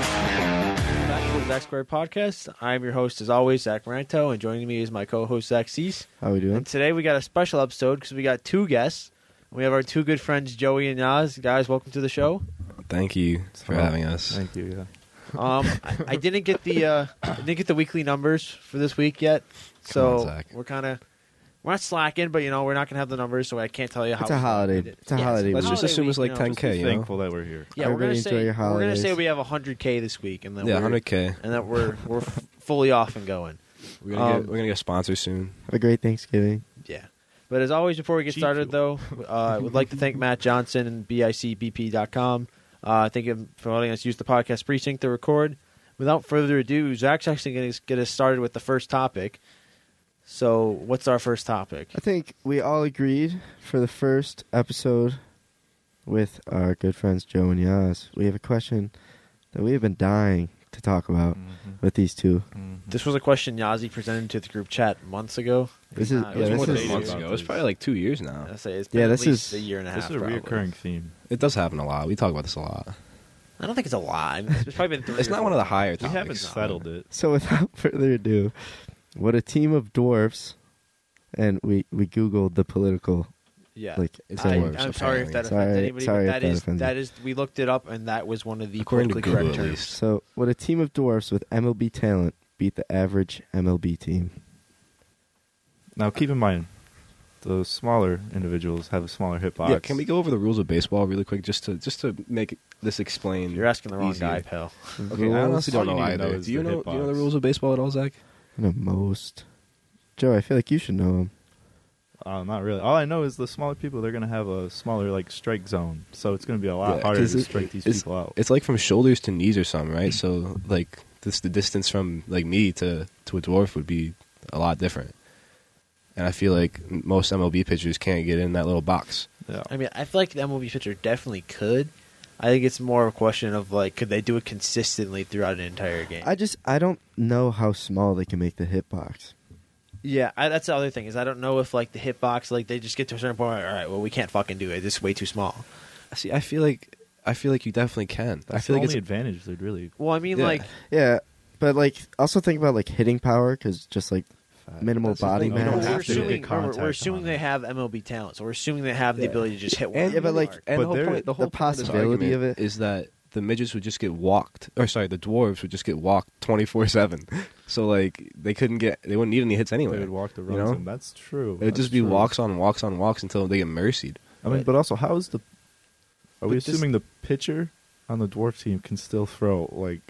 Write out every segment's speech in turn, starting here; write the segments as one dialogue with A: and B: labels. A: Back to the Zach Square Podcast. I'm your host, as always, Zach Maranto, and joining me is my co-host Zach Cease.
B: How we doing?
A: And today we got a special episode because we got two guests. We have our two good friends, Joey and Nas. Guys, welcome to the show.
C: Thank you for having us.
B: Thank you. Yeah.
A: Um, I, I didn't get the uh, I didn't get the weekly numbers for this week yet, so
C: on, Zach.
A: we're kind of we're not slacking, but you know we're not gonna have the numbers, so I can't tell you how.
B: It's a holiday.
A: did.
B: It's a
A: Yes,
B: holiday.
A: let's
C: Let's
B: week.
C: just
A: Holiday
C: assume it's
A: week,
C: like
A: no,
C: 10K, you know?
D: thankful that we're here.
A: Yeah, we're
B: Everybody
A: gonna say
B: enjoy
A: we're
B: your
A: gonna
B: holidays.
A: say we have 100k this week, and then
C: Yeah,
A: we're,
C: 100K.
A: and that we're we're f- fully off and going.
C: We're gonna,
A: Um,
C: get, we're gonna get a sponsor soon.
B: Have a great Thanksgiving.
A: Yeah. But as always, before we get
D: Cheap
A: started, though, uh, I would like to thank Matt Johnson and BICBP.com. Uh, thank him for letting us use the podcast precinct to record. Without further ado, Zach's actually going to get us started with the first topic. So, what's our first topic?
B: I think we all agreed for the first episode with our good friends Joe and Yas. We have a question that we have been dying to talk about with these two.
A: This was a question Yazi presented to the group chat months ago.
B: This is
A: Uh,
B: yeah,
A: it was more
B: this
C: It's
A: than
B: is-
A: a month
C: ago. It's probably like two years now.
A: I say it's
B: Yeah,
A: been
B: this
A: at least
B: is-
A: a year and a half.
D: This is a
A: probably.
D: recurring theme.
C: It does happen a lot. We talk about this a lot.
A: I don't think it's a lot. It's probably been three.
C: It's
A: or
C: not
A: four.
C: one of the higher
D: We
C: topics.
D: haven't settled it.
B: So without further ado, what a team of dwarfs, and we we googled the political.
A: Yeah,
B: Like, it's
A: I,
B: a
A: I'm
B: word,
A: sorry if
C: apparently.
A: that offends
B: Sorry-
A: anybody, but
B: sorry if
A: that
B: that
A: is
B: offends
A: that
B: you.
A: is we looked it up, and that was one of the
C: According to
A: politically correct
C: Google, at
A: terms.
C: least.
B: So what a team of dwarfs with MLB talent beat the average MLB team.
D: Now, keep in mind, the smaller individuals have a smaller hit box.
C: Yeah, can we go over the rules of baseball really quick, just to just to make this explain?
A: You're asking the wrong
C: easier?
A: guy, pal.
C: Okay, I honestly
D: All
C: don't
D: you
C: know
D: need to know
C: either.
D: is
C: Do you
D: the
C: know?
D: hit
C: Do you know the
D: box.
C: rules of baseball at all, Zach?
B: The most. Joe, I feel like you should know him.
D: Uh, not really. All I know is the smaller people they're gonna have a smaller like strike zone, so it's gonna be a lot
C: Yeah,
D: harder
C: 'cause
D: to
C: it-
D: strike these
C: it's-
D: people out.
C: It's like from shoulders to knees or something, right? So like this, the distance from like me to to a dwarf would be a lot different. And I feel like m- most MLB pitchers can't get in that little box.
D: yeah.
A: I mean, I feel like the MLB pitcher definitely could. I think it's more of a question of like, could they do it consistently throughout an entire game?
B: I just I don't know how small they can make the hitbox.
A: yeah, I, that's the other thing is I don't know if like the hitbox, like they just get to a certain point. All right, well, we can't fucking do it. This is way too small.
C: See, I feel like I feel like you definitely can.
D: That's
C: I feel
D: the
C: like
D: only
C: it's
D: advantage they'd really.
A: Well, I mean,
C: Yeah.
A: like,
B: Yeah, but like also think about like hitting power because just like minimal
C: That's the
B: body
C: thing, you don't
B: mass.
A: we're
C: have to
A: assuming,
D: get
A: remember, we're
D: contact
A: assuming
D: on
A: they
D: it.
A: have MLB talent, so we're assuming they have the
B: Yeah.
A: ability to just hit one.
C: and,
B: Yeah, but,
A: really
B: like,
A: hard.
C: and
D: But
C: the whole
D: there-
C: point, the whole
B: the
C: point of this
B: possibility of
C: argument
B: it-
C: is that the midgets would just get walked, or sorry, the dwarves would just get walked twenty four seven. So like they couldn't get, they wouldn't need any hits
D: They
C: anyway.
D: would walk the
C: you
D: runs,
C: know?
D: and that's true.
C: It would
D: That's
C: just be
D: true.
C: walks on walks on walks until they get mercied.
D: I mean, but also, how is the? Are
C: But
D: we
C: this-
D: assuming the pitcher on the dwarf team can still throw like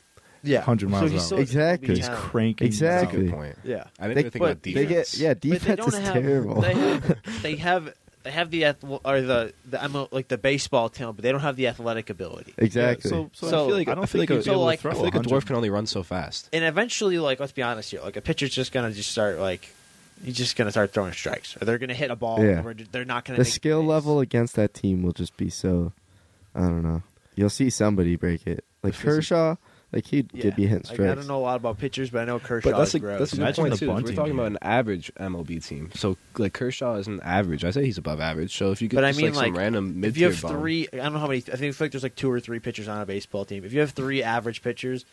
A: yeah,
D: 100
A: so
D: miles
A: he
D: an hour.
A: still has
B: Exactly.
A: MLB
B: He's
D: he's
A: talent.
D: cranking?
B: Exactly.
C: That's a good point.
A: Yeah.
C: I didn't
B: They-
C: even think about
A: but
B: They
C: defense.
B: get yeah
A: But
B: defense is
A: have,
B: terrible.
A: They have, they have they have the ath- or the the ML like the baseball talent, but they don't have the athletic ability.
B: exactly.
D: so, so,
A: So,
D: I feel like I don't
C: feel like
D: think you'd
C: a-
D: be
A: so,
D: able
A: like-
D: to throw
C: I feel like a
D: 100.
C: dwarf can only run so fast.
A: And eventually, like let's be honest here, like a pitcher's just gonna just start like he's just gonna start throwing strikes, or they're gonna hit a ball,
B: Yeah.
A: or they're not gonna
B: the
A: make
B: skill
A: plays.
B: level against that team will just be so. I don't know. You'll see somebody break it. Like
C: This is-
B: Kershaw, like he'd
A: Yeah.
B: get be hitting
A: Like,
B: strikes.
A: I don't know a lot about pitchers, but I know Kershaw
C: But that's
A: is
C: a,
A: gross.
C: that's a good
D: Imagine
C: point
D: the
C: too. 'cause We're
D: bunting
C: talking about
D: here.
C: an average MLB team, so like Kershaw isn't average. I say he's above average. So if you get
A: But I
C: just,
A: mean,
C: like, some
A: like,
C: random mid
A: if you
C: tier
A: have three, I don't know how many. I think it's like there's like two or three pitchers on a baseball team. If you have three average pitchers,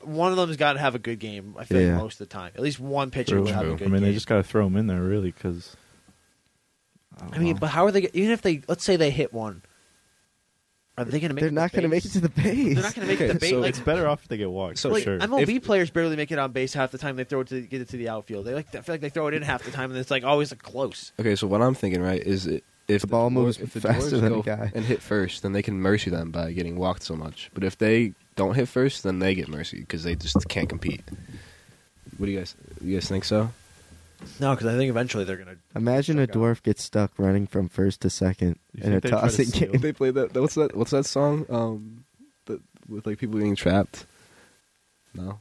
A: one of them's got to have a good game. I feel
B: Yeah.
A: like most of the time, at least one pitcher
D: True.
A: will have a
C: True.
A: good
D: I mean,
A: game.
D: they just got to throw him in there, really, because.
A: I mean, but how are they? Even if they, let's say they hit one, are they going to make?
B: They're not
A: going
B: going to make it to the base.
A: They're not going to make it
C: Okay,
A: to base.
C: so
A: like,
D: it's better off if they get walked.
C: So,
D: for
A: like,
D: sure.
A: MLB
C: If-
A: players barely make it on base half the time. They throw it to get it to the outfield. They like I feel like they throw it in half the time, and it's like always like, close.
C: Okay, so what I'm thinking, right, is it, if
B: The ball
C: dwar-
B: moves
C: if the
B: faster
C: dwarves
B: than
C: go
B: a guy.
C: and hit first, then they can mercy them by getting walked so much. But if they don't hit first, then they get mercy because they just can't compete. What do you guys? You guys think so?
A: No, because I think eventually they're gonna.
B: Imagine a
A: Check out.
B: dwarf gets stuck running from first to second in
D: You think
B: a
D: they try to
B: tossing
D: steal?
B: game.
C: they played that. that- What's that? What's that song? Um, that, with like people getting trapped. No,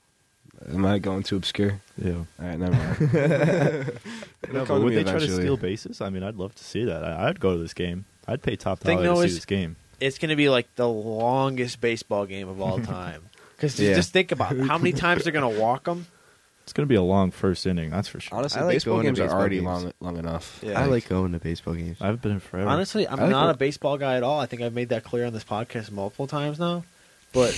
C: am I going too obscure?
D: Yeah.
C: All right, never mind. It'll
D: No,
C: come
D: but
C: to
D: would
C: me
D: they try to
C: eventually.
D: steal bases? I mean, I'd love to see that. I, I'd go to this game. I'd pay top
A: Thing
D: dollar to
A: though
D: see
A: is-
D: this game.
A: It's gonna be like the longest baseball game of all time. Because
C: Yeah.
A: just think about how many times they're gonna walk them.
D: It's going to be a long first inning, that's for sure.
C: Honestly,
B: I like
C: baseball
B: going to
C: games are
B: baseball
C: already
B: games.
C: long long enough.
A: Yeah.
B: I like going to baseball games.
D: I've been in forever.
A: Honestly, I'm
C: I like
A: not
C: what-
A: a baseball guy at all. I think I've made that clear on this podcast multiple times now. But,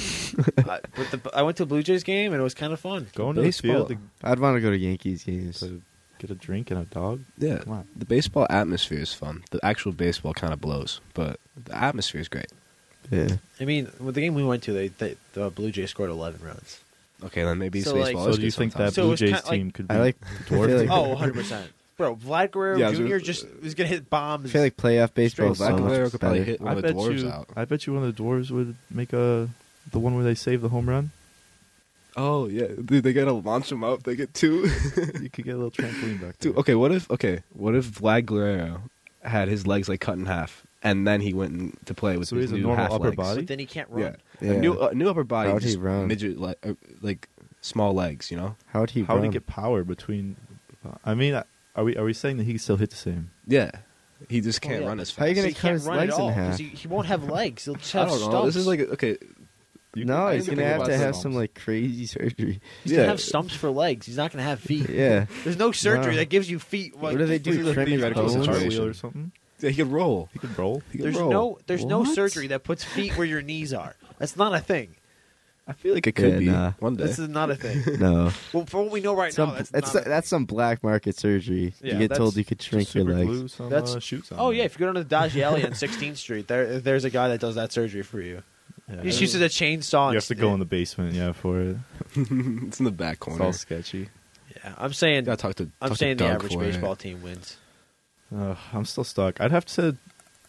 A: I, but the, I went to a Blue Jays game and it was kind of fun.
D: going to
C: Baseball.
D: the field
B: I'd want to go to Yankees games.
D: to, to get a drink and a dog.
C: Yeah,
D: Come on.
C: the baseball atmosphere is fun. The actual baseball kind of blows, but the atmosphere is great.
B: Yeah.
A: I mean, with the game we went to, they, they the Blue Jays scored 11 runs.
C: Okay, then maybe
A: So, like-
C: baseball.
D: So
C: is
D: do
C: good
D: you think that
C: sometimes.
A: So it
D: Blue
A: was
D: Jays
A: kinda like-
D: team could be
B: I like. I feel
D: dwarfed?
B: like,
A: Oh, 100 percent, bro. Vlad Guerrero
C: Yeah, uh, I was
A: Jr.
C: gonna-
A: just was gonna hit bombs.
B: I feel like playoff baseball
A: Straight
B: is so
C: Black
A: up.
B: much
C: Blair could probably
B: better.
C: hit one
D: I
C: of the
D: bet
C: dwarves
D: you.
C: out.
D: I bet you one of the dwarves would make a the one where they save the home run.
C: Oh yeah, dude, they gotta launch them up. They get two.
D: you could get a little trampoline back there.
C: Dude, okay, what if okay, what if Vlad Guerrero had his legs like cut in half, and then he went in to play with
D: So he
C: his
D: has a
C: new
D: normal
C: half
D: upper
C: legs?
D: body?
A: but then he can't run.
C: Yeah,
B: Yeah.
C: A new a new upper body,
B: How would he
C: just
B: run?
C: midget like uh, like small legs, you know?
B: How'd he
D: How would
B: oh, run?
D: he get power between? I mean, are we are we saying that he can still hit the same?
C: Yeah, he just
A: Oh,
C: can't
A: yeah.
C: run as
B: How you gonna
C: fast.
A: So he
B: cut
A: can't
B: his
A: run
B: legs
A: at
B: in
A: all 'cause
B: half?
A: he, he won't have legs. He'll just
C: I
A: have
C: don't know.
A: stumps.
C: This is like a, okay,
B: no,
C: I
B: he's
C: didn't
B: gonna
C: think
B: have
C: about
B: to
C: that.
B: have some like crazy surgery.
A: he's
C: yeah.
A: gonna have stumps for legs. He's not gonna have feet.
B: Yeah.
A: There's no surgery
B: No.
A: that gives you feet.
B: What do they do,
A: completely
B: trim your
A: feet?
C: Theoretical
B: bones?
C: situation.
D: Cartwheel or something.
C: yeah, he could roll.
D: He could roll.
C: He could
A: There's
C: roll.
A: no there's no
B: What?
A: surgery that puts feet where your knees are. That's not a thing.
C: I feel like it could
B: Yeah,
C: be
B: nah.
C: one day.
A: This is not a thing.
B: No.
A: well, for what we know right
B: some,
A: now, that's
B: that's
A: not a
B: that's some black market surgery.
A: Yeah,
B: you get
D: that's
B: told you could shrink
D: Just
B: your
D: super
B: legs.
D: glue some,
A: That's-
D: uh, shoots on
A: Oh
D: him.
A: yeah, if you go down to the Dodge Alley on 16th Street, there there's a guy that does that surgery for you.
D: Yeah.
A: He just uses a chainsaw.
D: You
A: and-
D: have to go in the basement, yeah, for it.
C: it's in the back
D: It's
C: corner.
D: all sketchy.
A: Yeah, I'm saying
C: Gotta talk to. talk
A: I'm
C: to
A: saying the
C: Doug
A: average
C: for it.
A: baseball team wins.
D: Ugh, I'm still stuck. I'd have to say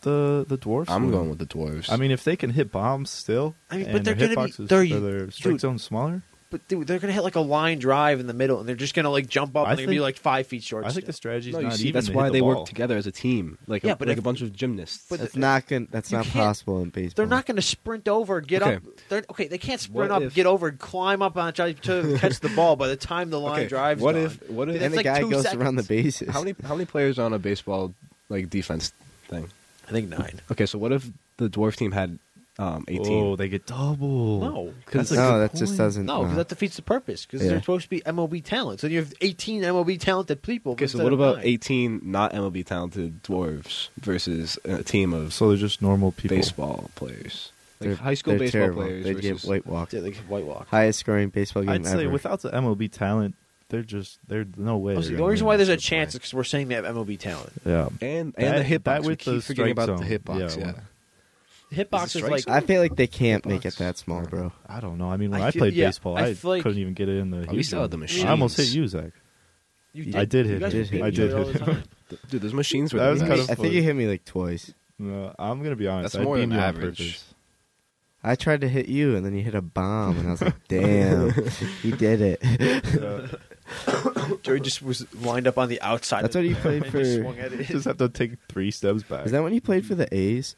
D: the the dwarfs.
C: I'm
D: win.
C: going with the dwarves.
D: I mean, if they can hit bombs still,
A: I mean,
D: and
A: but they're
D: their
A: gonna be-
D: hitboxes-
A: they're-
D: or their strike
A: dude.
D: zone smaller.
A: But dude, they're gonna hit like a line drive in the middle, and they're just gonna like jump up,
D: I
A: and they're gonna be
D: think-
A: like five feet short.
D: I think
A: still.
D: the strategy
C: No, you
D: not
C: see,
D: even.
C: that's
D: to
C: why
D: hit the
C: they
D: ball.
C: work together as a team, like
A: Yeah,
C: a,
A: but
C: like
A: if-
C: a bunch of gymnasts.
A: but
B: That's
A: the-
B: not gonna. That's
A: you
B: not
A: can't-
B: possible in baseball.
A: They're not going to sprint over, get
C: Okay.
A: up. They're, okay, they can't sprint
C: What
A: up,
C: if-
A: get over, climb up on try to catch the ball. By the time the line
C: Okay,
A: drives,
C: what
A: gone.
C: if- what if-
A: That's
B: And the
A: like
B: guy
A: two
B: goes
A: seconds.
B: around the bases.
C: how many how many players on a baseball like defense thing?
A: I think nine.
C: Okay, so what if the dwarf team had um,
D: Oh,
C: 18?
D: they get double.
A: No,
C: Because
D: That's a
B: no,
D: good
B: that just
D: point.
B: doesn't.
A: no,
B: uh,
A: because that defeats the purpose. Because
B: Yeah.
A: they're supposed to be MLB talent. So you have 18 MLB talented people.
C: okay, so
A: instead
C: what
A: of
C: about
A: nine.
C: 18 not MLB talented dwarves versus a team of
D: So they're just normal people.
C: baseball players, like
B: they're-
C: high school
B: they're
C: baseball
B: terrible.
C: players?
B: They
C: versus,
B: get white walked.
A: Yeah, they could white walk.
B: Highest scoring baseball game
D: I'd
B: ever.
D: say without the MLB talent, they're just they're no way.
A: Oh,
D: they're
A: see, the
D: gonna
A: only reason
D: win.
A: why there's a
C: Good
A: chance is
C: point.
A: because we're saying they have MLB talent.
D: yeah.
C: and and
D: That-
C: the hitbox.
D: that
C: We
D: with
C: keep
D: the
C: forgetting about
D: strike
C: the
D: zone.
C: hitbox.
D: Yeah,
C: Yeah,
D: well,
A: Hitbox
C: Is it
A: is like
C: strikes?
B: I feel like they can't
C: Box.
B: make it that small, bro.
D: I don't know. I mean, when
A: I
D: I,
A: feel-
D: played
A: yeah,
D: baseball,
A: I
D: I,
A: feel like-
D: couldn't even get it in the.
C: Oh, we
D: huge
C: still had the
D: zone.
C: machines.
D: I almost hit you, Zach.
A: you
D: I did
A: you
D: hit
A: guys
B: him.
A: beat
B: I
A: each
D: did
A: other all
D: hit
A: the time.
C: dude. Those machines were
D: That was
C: the
D: kind
C: best.
D: of
B: I
D: funny.
B: think you hit me like twice.
D: No, I'm gonna be honest.
C: That's
D: I
C: more
D: beat
C: than
D: you on
C: average.
D: purpose.
B: I tried to hit you, and then you hit a bomb, and I was like, "Damn, he did it."
A: Joey just was lined up on the outside.
B: That's
A: of
B: what
A: the
B: he
A: plate
B: played
A: and just
B: for-
A: swung at it.
D: just have to take three steps back.
B: Is that when you played for the A's?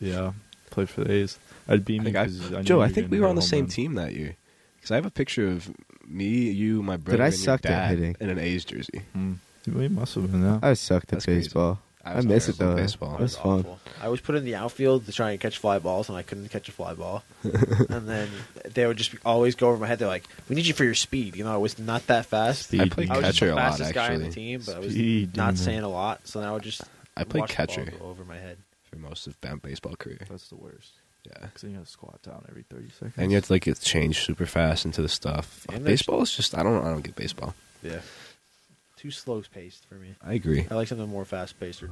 D: yeah, played for the A's. I'd
C: I
D: beam you
C: think I-
D: 'cause I
C: Joe,
D: knew
C: I
D: you
C: think
D: gonna
C: we
D: hit
C: were
D: a
C: on the
D: home
C: same
D: run.
C: team that year. Because I have a picture of me, you, my brother,
B: I
C: and your
B: sucked at
C: dad
B: hitting.
C: in an A's jersey.
D: Mm. We must have been that.
B: I sucked at
C: That's crazy.
B: baseball. I,
C: was
B: miss it
C: terrible
B: though.
C: at
B: It
C: Baseball.
B: was fun.
A: awful. I was put in the outfield to try and catch fly balls, and I couldn't catch a fly ball. and then they would just be, always go over my head. They're like, "We need you for your speed." You know, I was not that fast.
D: Speed.
C: I played
A: I was just
C: catcher
A: the
C: a lot.
A: fastest guy on
C: Actually,
A: the team, but I was
D: Speed,
A: not
D: demon.
A: saying a lot. So then I would just
C: I played
A: watch the ball
C: catcher.
A: go over my head.
C: for most of my baseball career.
D: That's the worst.
C: Yeah,
D: Because then you have to squat down every thirty seconds.
C: and you have to like get changed super fast into the stuff.
A: And there's-
C: baseball is just I don't I don't get baseball.
A: Yeah, too slow paced for me.
C: I agree.
A: I like something more fast paced.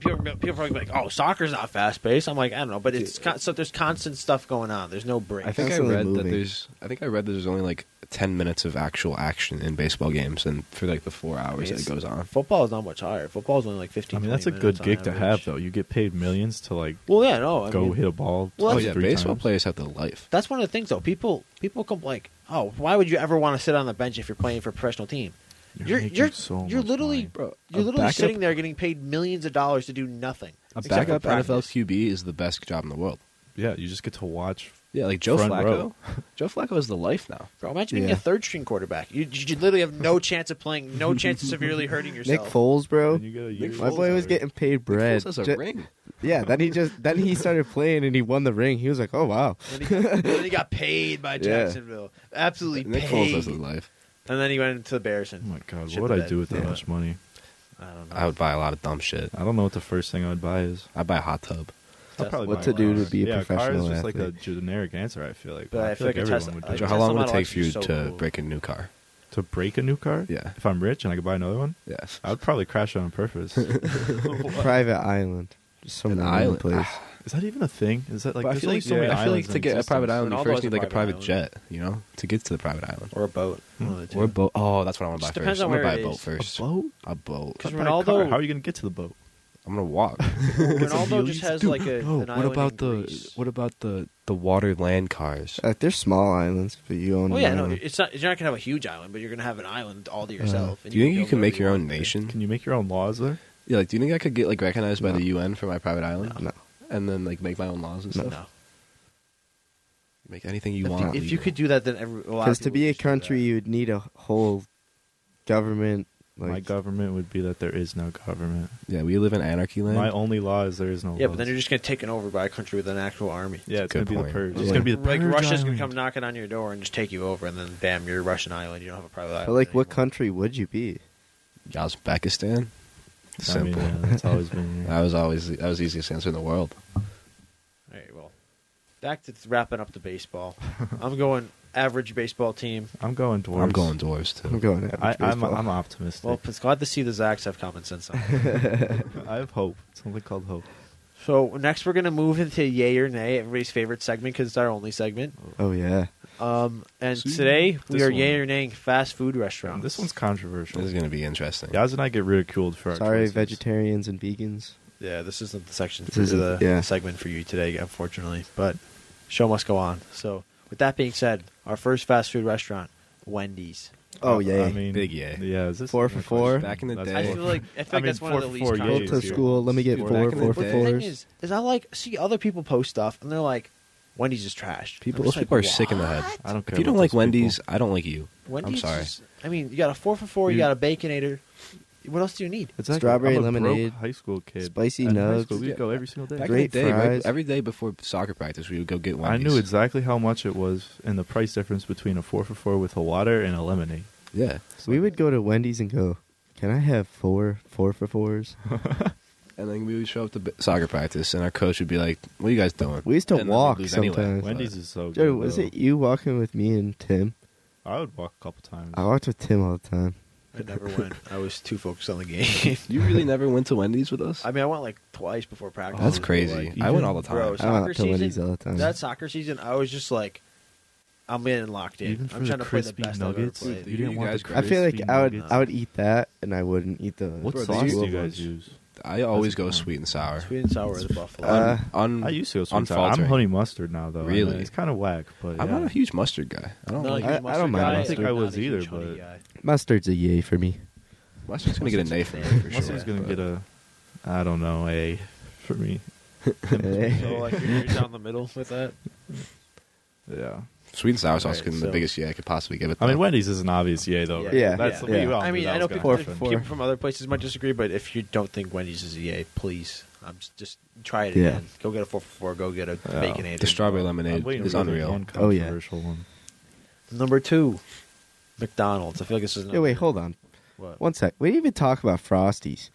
A: People, people probably be like, "Oh, soccer's not fast paced." I'm like, I don't know, but it's con- so there's constant stuff going on. There's no break.
C: I think I
B: Constantly
C: read that
B: moving.
C: there's I think I read that there's only like ten minutes of actual action in baseball games, and for like the four hours that
A: It's-
C: it goes on.
A: Football is not much higher. Football is only like 15.
D: I mean, that's a
A: 20
D: good
A: minutes on
D: gig to have,
A: average.
D: though. You get paid millions to like
A: Well, yeah, no. I
D: go
A: mean,
D: hit a ball.
A: Well,
C: Oh
D: like
C: yeah,
D: three
C: baseball
D: times.
C: players have the life.
A: That's one of the things, though. People people come like, oh, why would you ever want to sit on the bench if you're playing for a professional team?
D: You're
E: You're
D: making
A: you're
D: so
A: you're
D: much
A: literally
D: money.
A: bro, you're
C: A
A: literally
C: backup-
A: sitting there getting paid millions of dollars to do nothing.
C: A
A: except for
C: backup NFL
A: practice.
C: QB is the best job in the world.
D: yeah. You just get to watch.
C: Yeah, like Joe
D: Front
C: Flacco.
D: row.
C: Joe Flacco is the life now.
A: Bro, imagine being
B: Yeah.
A: a third string quarterback. You, you you literally have no chance of playing, no chance of severely hurting yourself.
B: Nick Foles, bro.
D: And you get a
C: Oh, Nick
D: year-
B: My boy was getting paid bread.
C: Foles has a
B: Ju-
C: ring.
B: Yeah, then he just then he started playing and he won the ring. He was like, "Oh wow,
A: And then, he, and then he got paid by
B: Yeah.
A: Jacksonville. Absolutely
C: Nick Foles
A: paid.
C: has a life.
A: and then he went into the Bears
D: Oh
A: and
D: my god,
A: Shit
D: what
A: the
D: would I
A: bed.
D: do with that
B: Yeah.
D: much money?
A: I don't know.
C: I would buy a lot of dumb shit.
D: I don't know what the first thing I would buy is.
C: I'd buy a hot tub.
D: I'd probably
B: What
D: buy
B: to
D: a
B: do to
D: car.
B: be a
D: yeah, car
B: professional
D: is just like a
B: athlete.
D: generic answer. I feel like,
A: But I feel like a
D: everyone
A: Tesla-
D: would
A: a
D: do
C: Joe,
D: that.
C: how long would it
A: Tesla Model
C: take
A: X
C: for you
A: is so
C: to
A: cool.
C: break a new car?
D: to break a new car.
C: Yeah.
D: if I'm rich and I could buy another one,
C: Yeah,
D: I would probably crash it on purpose. is
B: private island, just some
C: An
B: island
C: island.
B: place."
D: that even a thing? Is that like?
C: But I
D: there's
C: feel
D: only
C: like,
D: so
C: yeah,
D: many
C: I feel like
D: islands
C: to
D: in
C: get a private
D: existence.
C: island, you
A: Ronaldo
C: first
A: has
C: need
A: a
C: like a
A: private
C: private
A: island.
C: jet, you know, to get to the private island.
A: or a boat. One of the two.
C: Or a boat. Oh, that's what I want to buy
A: Just
C: first.
A: depends on
C: I'm gonna
A: where
C: buy
A: it
C: a boat
A: is.
C: first.
D: A boat?
C: A boat.
A: Because
D: Buy a car.
A: Ronaldo,
D: How are you going to get to the boat?
C: I'm gonna walk.
A: Ronaldo just has like a. an island in Greece.
C: what about the the water land cars?
B: Like Uh, they're small islands, but you own.
A: Well,
B: an
A: Oh, yeah, no,
B: island.
A: it's not. You're not gonna have a huge island, but you're gonna have an island all to yourself. and
C: do you think you
A: build
C: can make
A: whatever
C: your
A: you
C: own
A: want.
D: Can
C: nation?
D: you make your own laws there?
C: Yeah, like do you think I could get like recognized by
B: No.
C: the UN for my private island?
B: No.
C: And then like make my own laws and stuff.
A: No.
C: Make anything you
B: If
C: want.
A: If you
C: legal.
A: could do that, then every.
B: because to be a country, you would need a whole government.
D: My
B: Like,
D: government would be that there is no government.
C: Yeah, we live in anarchy land.
D: My only law is there is no.
A: Yeah, but then
D: laws.
A: you're just gonna get taken over by a country with an actual army.
D: Yeah, it's
C: Good
D: going to be the
C: point.
D: purge. It's
B: Yeah.
D: going to be the
A: like
D: purge.
A: Russia's gonna
D: island.
A: come knocking on your door and just take you over, and then bam, you're a Russian island. You don't have a private
B: but
A: island.
B: like, what
A: anymore.
B: country would you be?
C: Uzbekistan.
D: I mean,
C: Simple. Uh,
D: yeah, that's always been.
C: That was always that was the easiest answer in the world.
A: All right, well, back to wrapping up the baseball. I'm going average baseball team.
D: I'm going dwarves.
C: I'm going dwarves too.
B: I'm going.
D: I,
B: average
D: I'm,
B: baseball.
D: I'm optimistic.
A: Well, it's glad to see the Zacks have common sense on. it.
D: I have hope. Something called hope.
A: so next, we're gonna move into yay or nay, everybody's favorite segment because it's our only segment.
B: oh yeah,
A: Um, and
C: See,
A: today we
C: this
A: are
C: one.
A: yay or naying fast food restaurants.
D: This one's controversial.
C: This is gonna be interesting.
D: Guys and I get ridiculed for our
B: sorry,
D: choices.
B: vegetarians and vegans.
A: yeah, this isn't the section
B: This
A: for
B: isn't-
A: the
B: yeah.
A: segment for you today, unfortunately. But show must go on. So with that being said, our first fast food restaurant, Wendy's.
B: Oh
D: I-
B: yeah,
D: I mean,
C: Big yay.
D: Yeah, is this
B: Four for
D: even a
B: four.
D: question?
C: Back in the
D: That's
C: day.
A: I
C: Hey.
A: feel like I feel
D: I
A: like
D: mean,
A: that's one
D: four
A: of the
D: for
A: least.
D: four,
B: go
D: yeah,
A: controversial-
B: to
D: Dude,
B: school. Let me get
C: back
B: four
C: in the
B: four
A: But the thing
B: fours.
A: is, is I like see other people post stuff and they're like, Wendy's is trash.
C: People,
A: I'm
C: those
A: just
C: people are
A: like,
C: sick in the head.
D: I don't care.
C: If you don't
D: about
C: like
D: those
C: Wendy's,
D: people.
C: I don't like you.
A: Wendy's.
C: I'm sorry.
A: is- I mean, you got a four for four. You,
D: You-
A: got a baconator. What else do you need?
D: Exactly.
B: Strawberry
D: I'm a broke
B: lemonade,
D: high school kid.
B: spicy
D: At high
B: nugs.
D: school, We'd go every single day.
C: Back
B: Great
C: in the day, right-
B: fries.
C: every day before soccer practice, we would go get
D: I
C: Wendy's.
D: knew exactly how much it was and the price difference between a four for four with a water and a lemonade.
C: Yeah,
B: we would go to Wendy's and go. Can I have four four for fours?
D: Oh,
C: and then we would show up to b- soccer practice, and our coach would be like, "What are you guys doing?"
B: We used to
C: And then we'd
B: walk
C: lose anyway,
B: sometimes.
C: but-
D: Wendy's is so good.
B: Dude, was
D: though.
B: it you walking with me and Tim?
D: I would walk a couple times.
B: I walked with Tim all the time.
A: I never went. I was too focused on the game.
C: You really never went to Wendy's with us?
A: I mean, I went like twice before practice.
C: That's
A: but,
C: crazy.
A: like,
C: I went all the time.
A: Bro,
B: I went
A: soccer
B: to Wendy's all
A: season.
B: the time.
A: That soccer season, I was just like, I'm in and locked in.
D: Even for
A: I'm
D: the
A: trying to play the
D: crispy
A: best
D: nuggets?
A: I've ever
C: You
A: played.
C: didn't want the
B: I feel
D: crispy
B: like I would
D: nuggets.
B: I would eat that and I wouldn't eat the
D: What
C: Bro,
D: sauce
C: these-
D: do you guys use?
C: I always
D: That's a
C: go
D: good
C: sweet and sour.
A: Sweet and sour is buffalo.
B: Uh,
C: On,
D: I used to go sweet
C: on
D: and sour. I'm
C: faltering.
D: honey mustard now, though. I
C: Really?
D: mean, it's kind of whack, but
C: I'm
D: yeah.
C: not a huge mustard guy. I don't
A: Not a
C: like
A: huge
B: I- I don't
A: mustard
B: mind
A: guy,
B: mustard.
D: I think
A: not
D: I
A: a
D: was
A: huge
D: either,
A: honey
D: but-
A: guy.
B: mustard's a yay for me.
C: mustard's gonna get a nay for me for sure.
D: Mustard's gonna
C: but-
D: get a, I don't know, a for me.
A: So
B: Eh.
A: like you're, you're down the middle with that.
D: Yeah.
C: sweet and sour sauce.
A: Alright,
C: could be
A: so-
C: the biggest yeah I could possibly give it.
D: I mean,
C: though.
D: Wendy's is an obvious yay, though.
A: Yeah.
D: Right?
B: Yeah.
D: That's
A: Yeah.
D: we all
A: I
D: knew
A: mean,
D: that
A: I
D: was
A: know
D: gonna
A: people,
D: happen.
B: four.
A: people from other places might disagree, but if you don't think Wendy's is E a yay, please, I'm s- just try it
B: Yeah.
A: again. Go get a four for four. Go get a
D: Yeah.
A: baconator.
C: the strawberry
D: I'm
C: lemonade
D: waiting
C: is
D: for the
C: unreal.
D: One
B: Oh, yeah.
D: controversial one.
A: Number two, McDonald's. I feel like this is.
B: Yo, wait, hold on.
A: What?
B: One sec. We didn't even talk about Frosties.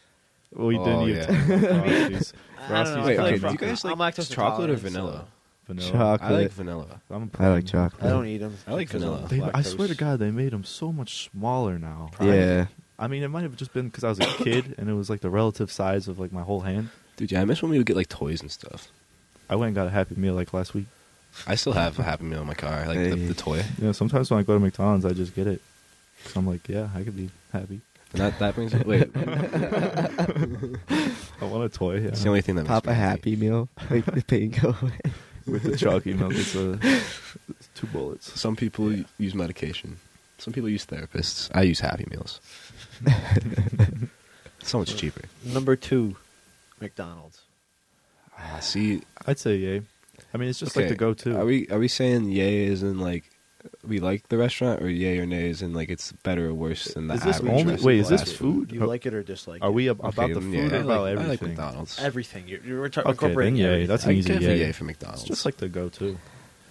D: Well, we
C: Oh,
D: didn't even
C: yeah.
D: talk about
A: I
D: Frosties.
A: don't know.
C: Wait,
A: I feel
C: okay,
A: like
C: do you
A: fro-
C: guys like
A: I'm lactose
C: chocolate or
A: intolerant,
C: vanilla?
D: Vanilla.
B: Chocolate.
C: I like vanilla.
D: I'm a
B: I like chocolate.
A: so I don't eat them.
C: I like vanilla.
D: They, I swear to God, they made them so much smaller now.
B: Yeah.
D: I mean, it might have just been because I was a kid and it was like the relative size of like my whole hand.
C: Dude, yeah, I miss when we would get like toys and stuff.
D: I went and got a Happy Meal like last week.
C: I still have a Happy Meal in my car, like the,
B: Hey.
C: the toy.
D: You know, sometimes when I go to McDonald's, I just get it. So I'm like, yeah, I could be happy.
C: And that that brings wait.
D: I want a toy. Yeah.
C: It's the only thing that makes
B: Pop
C: me
B: a happy meal. Make the pain go away.
D: with the chalky milk. It's, uh, it's two bullets.
C: Some people use medication Some people use therapists. I use Happy Meals. so much cheaper.
A: Number two, McDonald's.
C: Ah, See,
D: I'd say yay. I mean, it's just like
C: okay,
D: the go-to.
C: Are we are we saying yay is in like we like the restaurant, or yay or nay is in like it's better or worse than the
A: Is
C: average?
A: this only-
C: restaurant
D: wait, is this
C: fast
D: food?
A: You
D: Oh.
A: like it or dislike
D: Are
A: it?
D: we ab-
C: Okay,
D: about the
C: then,
D: food
C: yeah, I
D: or about
C: like, I like
D: everything?
C: McDonald's.
A: Everything. You're, you're ta-
D: okay, then
A: incorporating
D: yay.
A: everything.
D: That's
C: I
D: an
C: can
D: easy
C: give a
D: yay.
C: yay for
D: It's
C: McDonald's.
D: just like the go-to.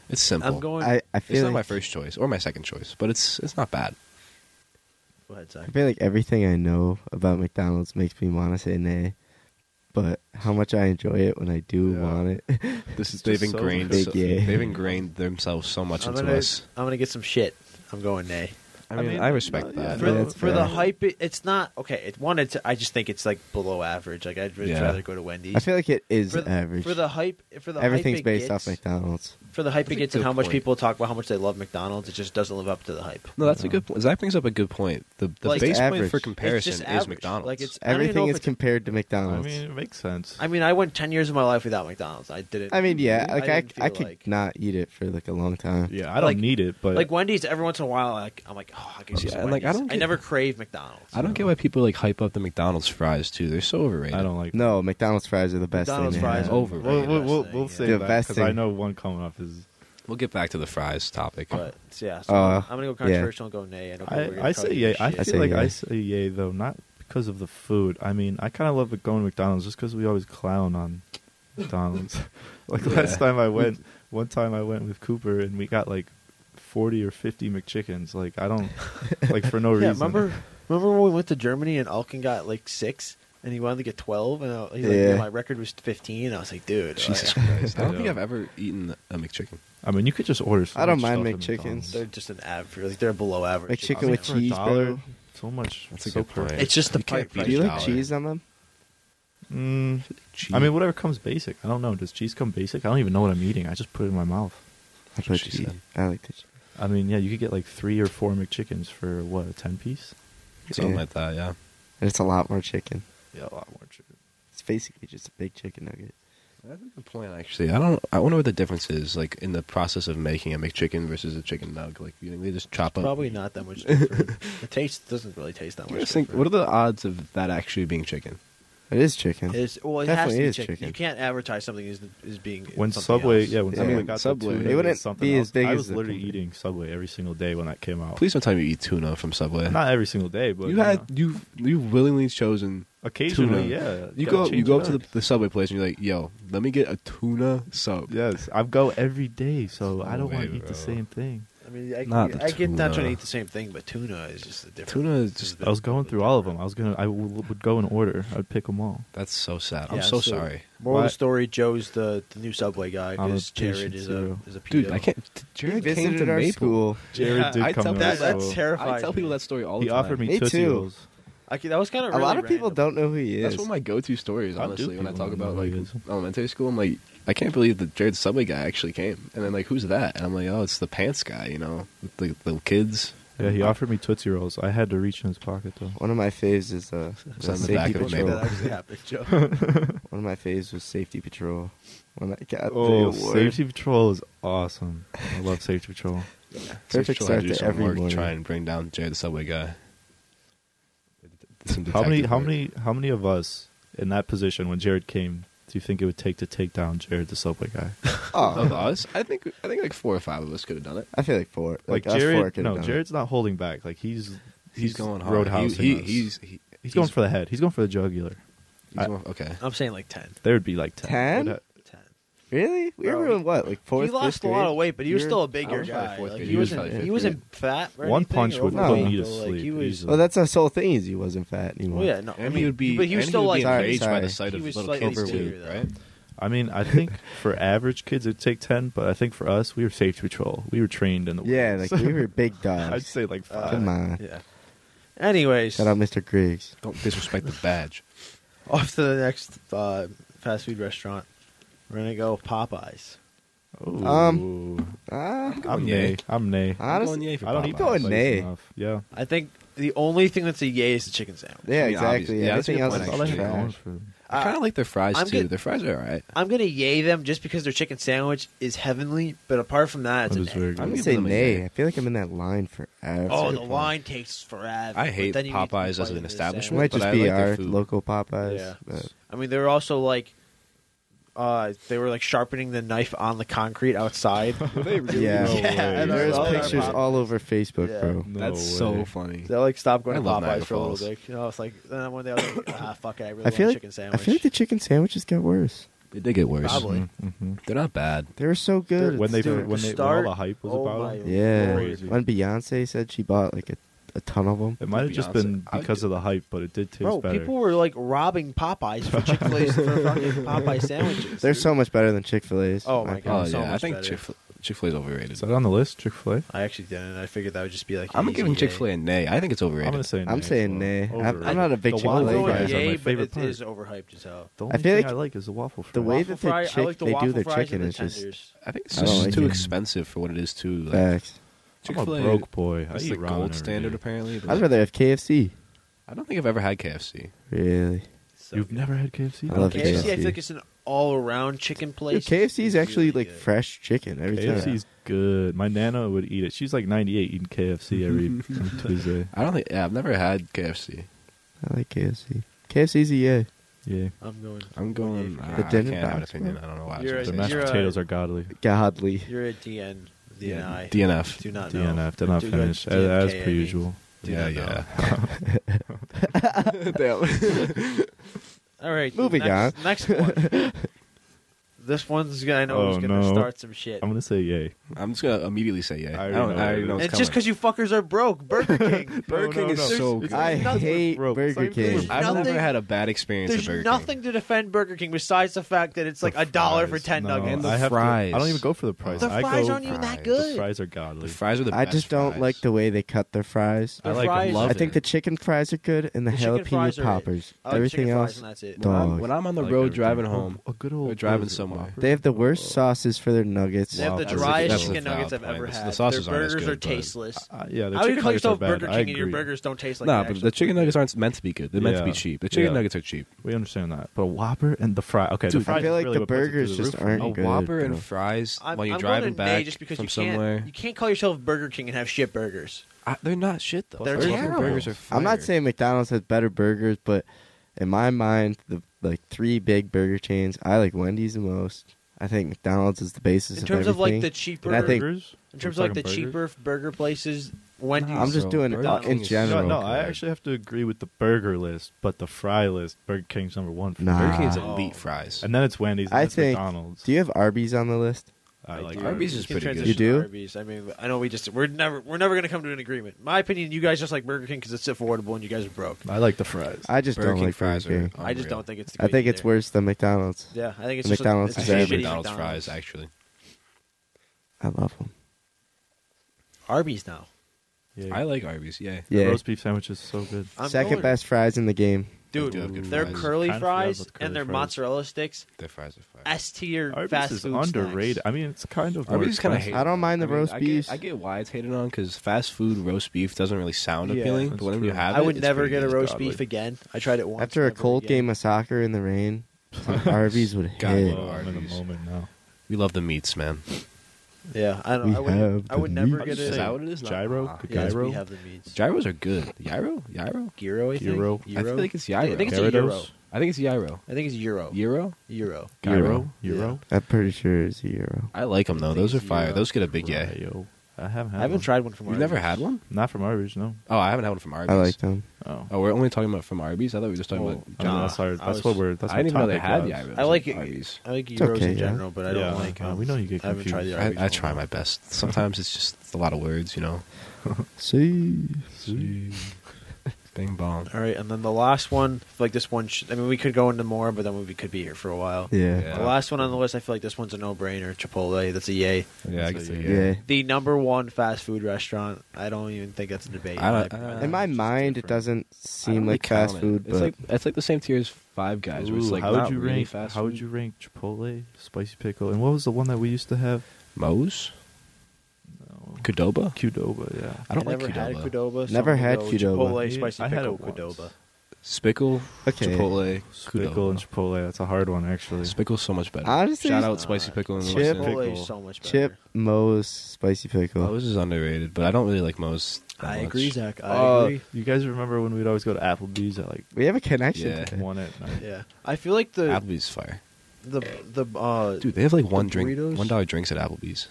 C: it's simple.
A: I'm going.
B: I, I feel
C: it's not
B: like,
C: my first choice or my second choice, but it's it's not bad.
A: Go ahead, Zach.
B: I feel like everything I know about McDonald's makes me want to say nay, but how much I enjoy it when I do
D: Yeah.
B: want it.
C: This is
D: It's just
C: they've
D: so
C: ingrained
B: big
C: so-
B: yay.
C: they've ingrained themselves so much
A: I'm
C: into
A: gonna,
C: us.
A: I'm gonna get some shit. I'm going nay.
C: I
D: I
C: mean, I,
D: mean,
C: respect
D: yeah,
C: that.
A: for,
B: that's
A: for the
B: fair.
A: hype, it, it's not okay. It one, it's, I just think it's like below average. Like I'd really
C: Yeah.
A: rather go to Wendy's.
B: I feel like it is
A: for the,
B: average.
A: for the hype. For the
B: Everything's
A: hype it
B: based
A: gets,
B: off McDonald's.
A: For the hype it
C: That's a
A: gets and
C: good
A: how much
C: point.
A: people talk about how much they love McDonald's, it just doesn't live up to the hype.
C: no, that's a good point. Zach brings up a good point. The, the
A: Like,
C: base point
B: average.
C: for
B: It's just
C: comparison is
A: average.
C: McDonald's.
A: Like, it's- I don't even know
B: Everything
A: if
B: is
A: it's-
B: compared to
D: I
B: McDonald's.
D: mean, it makes sense.
A: I mean, I went ten years of my life without McDonald's. I didn't.
B: yeah, like I,
A: didn't
B: I,
A: feel
B: could
A: like,
B: not eat it for like a long time.
D: yeah, I don't
A: like-
D: need it, but
A: like Wendy's. Every once in a while, like I'm like, oh, I can
C: Yeah,
A: just
C: and, like, I
A: Wendy's.
C: don't
A: I
C: get-
A: never crave McDonald's.
C: I don't get why people like hype up the McDonald's fries too. They're so overrated.
D: I don't like.
B: No, McDonald's fries are the best
A: McDonald's
B: thing.
A: fries
B: they
C: It's
B: have.
A: are-
C: overrated.
D: We'll, we'll,
A: Overrated.
D: we'll, we'll
A: The
D: save that
B: best
D: because I
B: thing.
D: know one coming up is.
C: We'll get back to the fries topic.
A: But yeah, so
B: Uh,
A: I'm gonna go
B: yeah.
A: controversial and go nay. I, know people are gonna
D: I, I
A: tell
D: say
A: you
D: yay. I
A: shit.
B: say
D: feel like I
B: yay.
D: say yay though, not because of the food. I mean, I kind of love going to McDonald's just because we always clown on McDonald's. like last time I went, one time I went with Cooper and we got like forty or fifty McChickens. Like I don't like for no
A: yeah,
D: reason.
A: remember, remember when we went to Germany and Alkin got like six, and he wanted to get twelve, and I, he's like,
B: Yeah.
A: yeah, my record was fifteen. And I was like, dude,
C: Jesus
A: like,
C: Christ, I don't
D: Yeah.
C: think I've ever eaten a McChicken.
D: I mean, you could just order. So
B: I don't
D: much
B: mind
D: stuff at
B: McChickens.
D: McDonald's.
A: they're just an average. Like they're below average.
B: Like
D: I
B: chicken
D: mean,
B: with
D: for a
B: cheese,
D: dollar,
B: bro.
D: So much.
C: That's a
D: so
C: good point.
A: It's just the
C: You can't
A: pipe
C: beat
A: price.
B: Do you
C: a
B: like
C: dollar.
B: cheese on them?
D: Mm, I mean, whatever comes basic. I don't know. Does cheese come basic? I don't even know what I'm eating. I just put it in my mouth.
B: I
C: what
B: like
C: she
B: the cheese.
C: said.
B: I like the cheese.
D: I mean, yeah, you could get like three or four McChickens for what a ten piece.
C: something
B: Yeah.
C: like that. Yeah,
B: And it's a lot more chicken.
D: Yeah, a lot more chicken.
B: It's basically just a big chicken nugget.
C: that's a good point. Actually, I don't. I wonder what the difference is like in the process of making a McChicken versus a chicken nug. Like, you think they just chop up?
A: Probably not that much different. the taste doesn't really taste that
C: I
A: much.
C: just think,
A: different.
C: what are the odds of that actually being chicken?
B: It is chicken.
A: It's, well, it has
B: Definitely
A: to be
B: is
A: chicken.
B: chicken.
A: You can't advertise something as, as being
D: When
A: something
D: Subway,
A: else.
D: yeah, when
B: Yeah.
D: Subway
B: I mean,
D: got
C: Subway,
D: the
C: it
D: tuna and
B: wouldn't
D: something
B: be
D: else,
B: as big
D: I
B: as
D: was
B: the
D: literally
B: company.
D: eating Subway every single day when that came out.
C: Please don't tell me you eat tuna from Subway.
D: Not every single day, but
C: you
D: know,
C: had you you willingly chosen.
D: occasionally, yeah.
C: You
D: gotta
C: go you
D: change
C: go
D: it
C: up to the, the Subway place and you're like, yo, let me get a tuna sub.
D: Yes, I go every day, so I
C: No
D: don't want
C: way,
D: to eat
C: bro.
D: the same thing.
A: I mean, I,
C: Not the
A: I get not trying
C: tuna.
A: to eat the same thing, but tuna is just a different.
C: Tuna is
A: it's
C: just-
A: been-
D: I was going through all of them. I was gonna, I w- would go in order. I would pick them all.
C: That's so sad. I'm
A: Yeah,
C: so, sorry,
A: Moral of the
D: What?
A: story: Joe's the, the new Subway guy
D: I'm a
A: because Jared
D: patient
A: is
D: zero.
A: a is a
C: dude.
A: pedo.
C: I can't. Jared
B: he
C: came
B: visited
C: to
B: our
C: Maple.
B: school.
D: Jared
A: Yeah,
D: did
C: I
D: come.
C: tell
D: to
C: that-
D: our
A: that's
D: school.
A: terrifying.
C: I tell people that story all the
D: He
C: time.
D: offered me,
B: Me
D: Tootsie
B: too.
D: Rolls.
A: I can- that was kind of
B: A lot of people don't know who he is.
C: That's one of my go-to stories,
D: How do
C: honestly. When I
D: people
C: talk
D: know
C: about
D: who
C: like
D: he is?
C: elementary school, I'm like, I can't believe that Jared the Subway guy actually came. And then like, who's that? And I'm like, oh, it's the pants guy, you know, with the little kids.
D: Yeah, he offered me Tootsie Rolls. I had to reach in his pocket though.
B: One of my faves is uh,
C: It's
B: the
C: on the
B: safety
C: back of
B: patrol.
C: Maple.
A: that actually happened, Joe.
B: One of my faves was safety patrol. When I got the
D: Oh,
B: award,
D: Safety Patrol is awesome. I love Safety Patrol.
B: perfect
C: Trisha
B: start
C: had do
B: to
C: some
B: every
C: work to
B: morning.
C: Try and bring down Jared the Subway guy. Some
D: How many?
C: detective
D: How
C: work.
D: many? How many of us in that position when Jared came? Do you think it would take to take down Jared the Subway guy?
C: of
B: Oh,
C: us? I think I think like four or five of us could have done it.
B: I feel like four. Like,
D: Like,
B: us four
D: Jared?
B: could
D: No,
B: done it.
D: Jared's not holding back. Like he's
C: He's, going hard.
D: Roadhouse.
C: He, he- he's he, he's,
D: he's going for the head. He's going for the jugular.
C: he's going- okay.
A: I'm saying like ten.
D: There would be like ten.
B: 10?
A: Ten.
D: Would-
B: Really? We were
A: Bro,
B: in what, like fourth?
A: he lost
B: fifth
A: a lot
B: grade?
A: of weight, but he was
B: You're-
A: still a bigger
C: was probably
A: guy.
C: fourth
A: Like,
C: grade.
A: he,
C: He was
A: wasn't
C: probably
A: he
C: fifth
A: wasn't fat. Or
D: One
A: anything
D: punch
A: or
D: would
B: put
A: overweight,
B: me
D: to
A: but, like,
D: sleep
A: He was.
D: easily.
B: Well, that's his whole thing. Is he wasn't fat anymore.
A: Well, yeah, no. I
C: and
A: mean,
C: he would be,
A: but he was
C: and
A: still
C: would
A: like
C: be
B: Sorry,
C: enraged by
B: sorry.
C: the sight
A: He
C: of
A: was
C: little
A: slightly
C: kids
A: skinnier,
C: too,
A: though.
C: right?
D: I mean, I think for average kids it'd take ten, but I think for us, we were Safety Patrol. We were trained in the
B: Yeah,
D: ways.
B: like we were big dogs.
D: I'd say like five.
B: Come on.
A: uh, yeah. Anyways,
B: Shout out Mr. Griggs.
C: Don't disrespect the badge.
A: off to the next uh, fast food restaurant. We're gonna go Popeyes.
D: Ooh.
B: Um, Ah,
D: I'm
C: yay.
D: nay. I'm nay.
B: I Honestly,
C: I'm going yay for
D: I don't eat
C: Popeyes.
B: Go
D: Popeyes
B: nay.
D: enough. Yeah.
A: I think the only thing that's a yay is the chicken sandwich.
B: yeah,
C: I mean,
B: exactly.
C: obviously- yeah, that's a
B: Everything
C: good
B: else
C: point,
B: is
C: actually.
B: trash.
D: for them.
C: I kind of like their fries
A: I'm
C: too.
A: good-
C: Their fries are alright.
A: I'm gonna yay them just because their chicken sandwich is heavenly, but apart from that, it's
D: That
A: an
D: is
A: A.
B: I'm
D: very
C: I'm
D: good.
B: gonna
C: giving
B: say
C: them a
B: nay.
C: yay.
B: I feel like I'm in that line forever.
A: Oh, the line takes forever.
C: I
A: But
C: hate
A: then you eat
C: Popeyes as
A: twice
C: an
A: the
B: It
C: establishment.
A: sandwich.
B: might
C: But
B: just
C: I
B: be
C: like their
B: our
C: food.
B: local Popeyes.
A: Yeah.
B: but-
A: I mean, they were also like, uh, they were like sharpening the knife on the concrete outside.
B: Yeah.
D: No
A: Yeah,
D: way.
A: and I
B: There's
A: love that
B: pictures
A: Pop-
B: all over Facebook,
A: Yeah.
B: bro.
D: No
C: That's
D: way.
C: so funny.
A: they like stopped going
C: I
A: to
C: love
A: Popeyes
C: Niagara
A: for a little
C: Falls.
A: bit. You know, it's like and then one day I was like, ah, fuck it, I really
B: I
A: want
B: feel
A: a
B: like
A: chicken
B: I
A: sandwich.
B: feel like the Mm, chicken sandwiches got worse.
C: It did get worse.
A: Probably.
D: Mhm.
C: They're not bad.
B: They were so good.
D: When they
B: Dude,
D: when they when all
A: start-
D: the hype was
A: oh
D: about
A: my
D: it,
B: yeah,
D: Crazy.
B: when Beyonce said she bought like a, a ton of them.
D: it might have just
C: Beyonce.
D: been
C: I would
D: because
C: do-
D: of the hype, but it did taste
A: Bro,
D: better.
A: people were like robbing Popeyes for Chick Fil A's for fucking Popeye sandwiches.
B: They're so much better than Chick Fil A's.
A: Oh my God.
C: Oh
A: so
C: yeah, I
A: much
C: think
A: better.
C: Chick Chick Fil A is overrated.
D: Is that on the list? Chick Fil A.
A: I actually didn't. I figured that would just be like.
C: I'm giving Chick Fil A a nay. I think it's
D: eh? I'm
C: overrated.
D: gonna say.
B: I'm
D: nay
B: saying nay. I'm-
D: as well.
B: I'm
D: Overrated.
B: not a big
D: The
B: Chick-fil-A
D: waffle
B: guy.
D: fries are my
A: Yay, but
D: favorite
A: it
D: part.
A: is overhyped as hell.
D: The only
B: feel
D: thing
B: like
D: I like is the waffle fry.
B: the way that they,
A: fry- I
B: chick,
A: like the
B: they do
A: waffle
B: the
A: fries and
B: chicken
A: the
B: is just
A: tenders.
C: I think it's
B: I don't
C: just
B: like
C: too
B: it.
C: expensive for what it is too. Like,
B: facts.
D: I'm
C: Chick
D: a
C: Fil A
D: broke boy. I
C: That's
D: eat
C: the
D: ramen
C: gold
D: every
C: standard
D: day.
C: apparently. but
B: I'd rather have KFC.
C: I don't think I've ever had KFC.
B: Really,
A: So
D: You've
A: good.
D: never had KFC?
B: I love
A: KFC, I feel like it's an all-around chicken
B: Dude,
A: place.
B: KFC
A: It's
B: is actually
A: really
B: like
A: good.
B: fresh chicken every time.
D: KFC's good. My nana would eat it. She's like 98 eating KFC every Tuesday.
C: I don't think. Yeah, I've never had KFC.
B: I like KFC. KFC's a yay.
D: Yeah.
A: I'm going.
C: I'm going.
A: The
C: I, I can't
B: dinner
C: have an
B: box,
C: opinion.
B: bro.
C: I don't know why. I
A: You're
C: was
D: The
A: a-
C: gonna
D: mashed
C: say
A: you're
C: that.
A: a-
D: potatoes are godly.
B: Godly.
A: You're a DN.
C: Yeah,
A: DNI.
C: DNF.
A: Do not know.
D: DNF. Did not
A: Do
D: finish.
A: not
D: As, as
A: DNK.
D: per usual.
A: Do
C: yeah,
A: not know.
C: yeah.
A: All right.
B: Moving
A: next, on. Next one. this one's gonna I know
D: Oh,
A: is gonna
D: no.
A: start some shit.
D: I'm going to say yay.
C: I'm just gonna immediately say yeah.
D: I
C: I,
D: already
C: don't.
D: know
C: I
D: it.
C: already know
A: it's
C: it's
A: just
C: coming.
A: because you fuckers are broke. Burger King.
C: Burger
D: No,
C: King
D: no,
C: is
D: no.
C: so good.
D: It's
B: I
D: nothing but
B: hate
D: broke.
B: Burger
D: Same
B: King.
D: thing.
C: I've
A: nothing-
C: never had a bad experience at
A: There's
C: Burger
A: nothing
C: King.
A: to defend Burger King besides the fact that it's like a dollar for
D: fries.
A: ten
D: No,
A: nuggets.
C: the
D: I have to-
C: fries.
D: I don't even go for the price.
A: the
D: I
A: fries
D: go,
A: aren't even that
C: fries.
D: the
A: good.
D: fries are godly.
C: The fries are the
B: I
C: best.
B: just don't
C: fries.
B: like the way they cut their fries.
A: The
D: I like
A: fries-
D: love
B: I think
D: it.
B: the chicken fries are good and the,
A: The chicken fries
B: jalapeno
A: are-
B: poppers.
A: I like
B: Everything
A: chicken
B: else,
A: fries and that's it.
B: dog.
C: When, when I'm on the
D: I like
C: road driving
D: everything. Oh,
C: home,
D: A good old
C: They're driving
D: what is it,
C: somewhere.
D: Whopper?
B: They have the worst sauces for their nuggets.
A: They have the
D: Wow, that's a-
A: driest
D: that's a
A: chicken
C: valid
A: nuggets I've
C: point.
A: ever
C: The
A: had.
C: sauces
A: Their
C: aren't as
A: burgers
C: good,
A: are
C: but-
A: tasteless.
D: Uh, yeah, their
A: How do you
D: chicken
A: call
D: nuggets are
A: yourself
D: bad.
A: Burger
D: I
A: King and your
D: agree.
A: burgers don't taste like
C: nah,
A: an
C: but
A: actual
C: the chicken
A: burger?
C: nuggets aren't meant to be good. They're meant to be
D: Yeah.
C: cheap. The chicken
D: Yeah.
C: nuggets are cheap.
D: We understand that. But a Whopper and the fry. Okay,
C: Dude,
D: the
C: I
D: fries
B: feel
D: is
B: like
D: really
B: the
D: what puts it
B: burgers
D: through the
B: just
D: roof.
A: Oh,
B: aren't
C: A
B: good.
C: Whopper
B: bro.
C: and fries
A: I'm,
C: while you're
A: I'm
C: driving
A: going to nay
C: back
A: just because
C: from
A: you can't,
C: somewhere.
A: You can't call yourself Burger King and have shit burgers.
C: I, they're not shit though.
A: They're
C: Burger King
A: terrible.
C: Burgers are fire.
B: I'm not saying McDonald's has better burgers, but in my mind, the like three big burger chains, I like Wendy's the most. I think McDonald's is the basis
A: in terms
B: of
A: of like
B: everything.
A: the cheaper,
B: And I think-
D: burgers?
A: in terms of
D: We're
A: like the
D: talking burgers?
A: cheaper burger places, Wendy's.
B: I'm just
C: So,
B: doing it
C: Burger
B: in
C: King is-
B: general.
D: No, no, I actually have to agree with the burger list, but the fry list, Burger King's number one. For
B: Nah.
D: me.
C: Burger King's
A: Ah.
C: elite fries.
D: And then it's Wendy's. And
B: I
D: it's
B: think-
D: McDonald's.
B: Do you have Arby's on the list?
D: I like
C: do. Arby's is
A: You can
C: pretty good.
A: transition
B: You do?
A: to Arby's. I mean, I know we just we're never we're never gonna come to an agreement. My opinion, you guys just like Burger King because it's affordable and you guys are broke.
D: I like the fries.
B: I just
C: Burger
B: don't
C: King
B: like
C: fries
B: Burger
C: are
B: King.
A: I just
C: unreal.
A: don't think it's. The
B: I think
A: great
B: it's
A: either.
B: worse than McDonald's.
A: Yeah, I think it's
B: McDonald's
A: Just
C: I
A: a,
B: is
C: hate
A: it's a shitty
C: McDonald's fries actually.
B: I love them.
A: Arby's now.
D: Yeah.
C: I like Arby's. Yeah.
D: The
B: Yeah,
D: roast beef sandwich is so good.
A: I'm
B: second
A: going-
B: best fries in the game.
A: dude.
C: They do have good
A: Their
C: fries.
A: curly
D: Kinda forgot
A: fries
D: about the curly
A: and their
D: fries.
A: mozzarella sticks,
C: Their fries are fire.
A: S tier
D: Arby's
A: fast
D: is
A: food
D: underrated.
A: snacks.
D: I mean, it's kind of.
C: Arby's kind of
D: hate.
B: I don't mind the roast
C: I
B: beefs.
C: Get, I get why it's hated on because fast food roast beef doesn't really sound
A: Yeah,
C: appealing,
D: that's
C: but whenever you
D: true.
C: have it,
A: I would
C: it's
A: never
C: pretty
A: get a
C: good.
A: roast
D: godly.
A: beef again. I tried it once.
B: After a
A: never
B: cold
A: again.
B: game of soccer in the rain, Arby's would
C: God,
B: hit.
C: well,
D: Oh, I'm in the
C: Arby's.
D: moment now.
C: We love the meats, man.
A: yeah, I don't.
B: We
A: I would.
B: have
A: I would
B: the
A: never
B: meat.
A: get
D: Is
A: it.
D: that
C: what it is?
D: Gyro?
C: Nah.
D: Good
A: Yes,
D: gyro?
A: we have the meats.
C: Gyros are good. Gyro, gyro.
A: Gyro, I think.
D: Gyro?
C: I feel like it's gyro.
A: I think it's a
D: Gyrodos?
A: euro.
C: I think it's gyro.
A: I think it's euro.
C: Euro.
A: Euro.
D: Gyro?
A: Yeah.
D: Euro?
B: I'm pretty sure it's a euro.
C: I like them though.
A: think
C: Those are
A: it's
C: fire.
A: gyro.
C: Those get a big yeah.
D: Ryo. I haven't had
A: I haven't
D: one.
A: tried one from.
C: You've
A: Arby's.
C: never had one?
D: Not from Arby's, no.
C: Oh, I haven't had one from Arby's.
B: I like them.
D: Oh.
C: Oh, we're only talking about from Arby's. I thought we were just talking
D: Well,
C: about.
D: I mean, that's our,
A: I
D: that's
A: was-
D: what we're. That's
C: I didn't even
D: what
C: know they had
D: topic
C: the
D: was.
C: Arby's.
A: I like it.
C: Arby's.
A: I like
B: It's
A: euros
B: okay,
A: in
B: yeah.
A: general, but I don't
D: Yeah,
A: like.
D: uh,
A: Um,
D: we know you get
A: I haven't tried the
D: confused.
A: Arby's.
C: I, I
A: one.
C: try my best. Sometimes it's just a lot of words, you know.
B: See,
C: Bing bong.
A: All right, and then the last one, I feel like this one. Should, I mean, we could go into more, but then we could be here for a while.
B: yeah,
C: Yeah.
A: The last one on the list, I feel like this one's a no-brainer. Chipotle, that's a yay.
C: Yeah, I
D: That's
C: guess
D: what
C: so,
D: you-
B: yeah.
C: yeah.
A: The number one fast food restaurant. I don't even think that's a debate.
C: I don't- uh,
B: In my
C: It's just
B: mind, it
C: different.
B: doesn't
C: I don't
B: seem
C: really
B: like fast
C: count it.
B: food,
C: It's
B: but
C: like it's like the same tier as Five Guys. where it's
D: Ooh,
C: like
D: how
C: not
D: would you
C: really
D: rank?
C: fast
D: how would
C: food.
D: you rank Chipotle, spicy pickle, and what was the one that we used to have?
C: Moe's,
D: No.
C: Qdoba.
D: Qdoba, yeah.
C: I don't like
A: never had
C: Qdoba.
A: Qdoba. so
B: Never
A: I'm gonna
B: had
A: go
B: Qdoba.
A: Chipotle,
D: Yeah,
A: spicy
D: I had
A: pickle,
D: it once.
A: Qdoba.
C: Spickle,
B: Okay.
C: Chipotle,
D: Pickle and Chipotle. That's a hard one, actually.
C: Spickle's so much better.
B: Honestly,
C: Shout out Spicy Pickle and
B: Chip-
C: West End.
A: Chipotle
D: Pickle.
A: is so much better.
B: Chip Moe's spicy pickle.
C: Moe's is underrated, but I don't really like Moe's. that
A: I
C: much.
A: agree, Zach. I
D: Uh,
A: agree.
D: You guys remember when we'd always go to Applebee's at like
B: we have a connection.
C: Yeah.
B: today.
D: one at night?
A: Yeah, I feel like the
C: Applebee's fire,
A: the the uh,
C: dude. They have like one drink,
A: burritos?
C: one dollar drinks at Applebee's.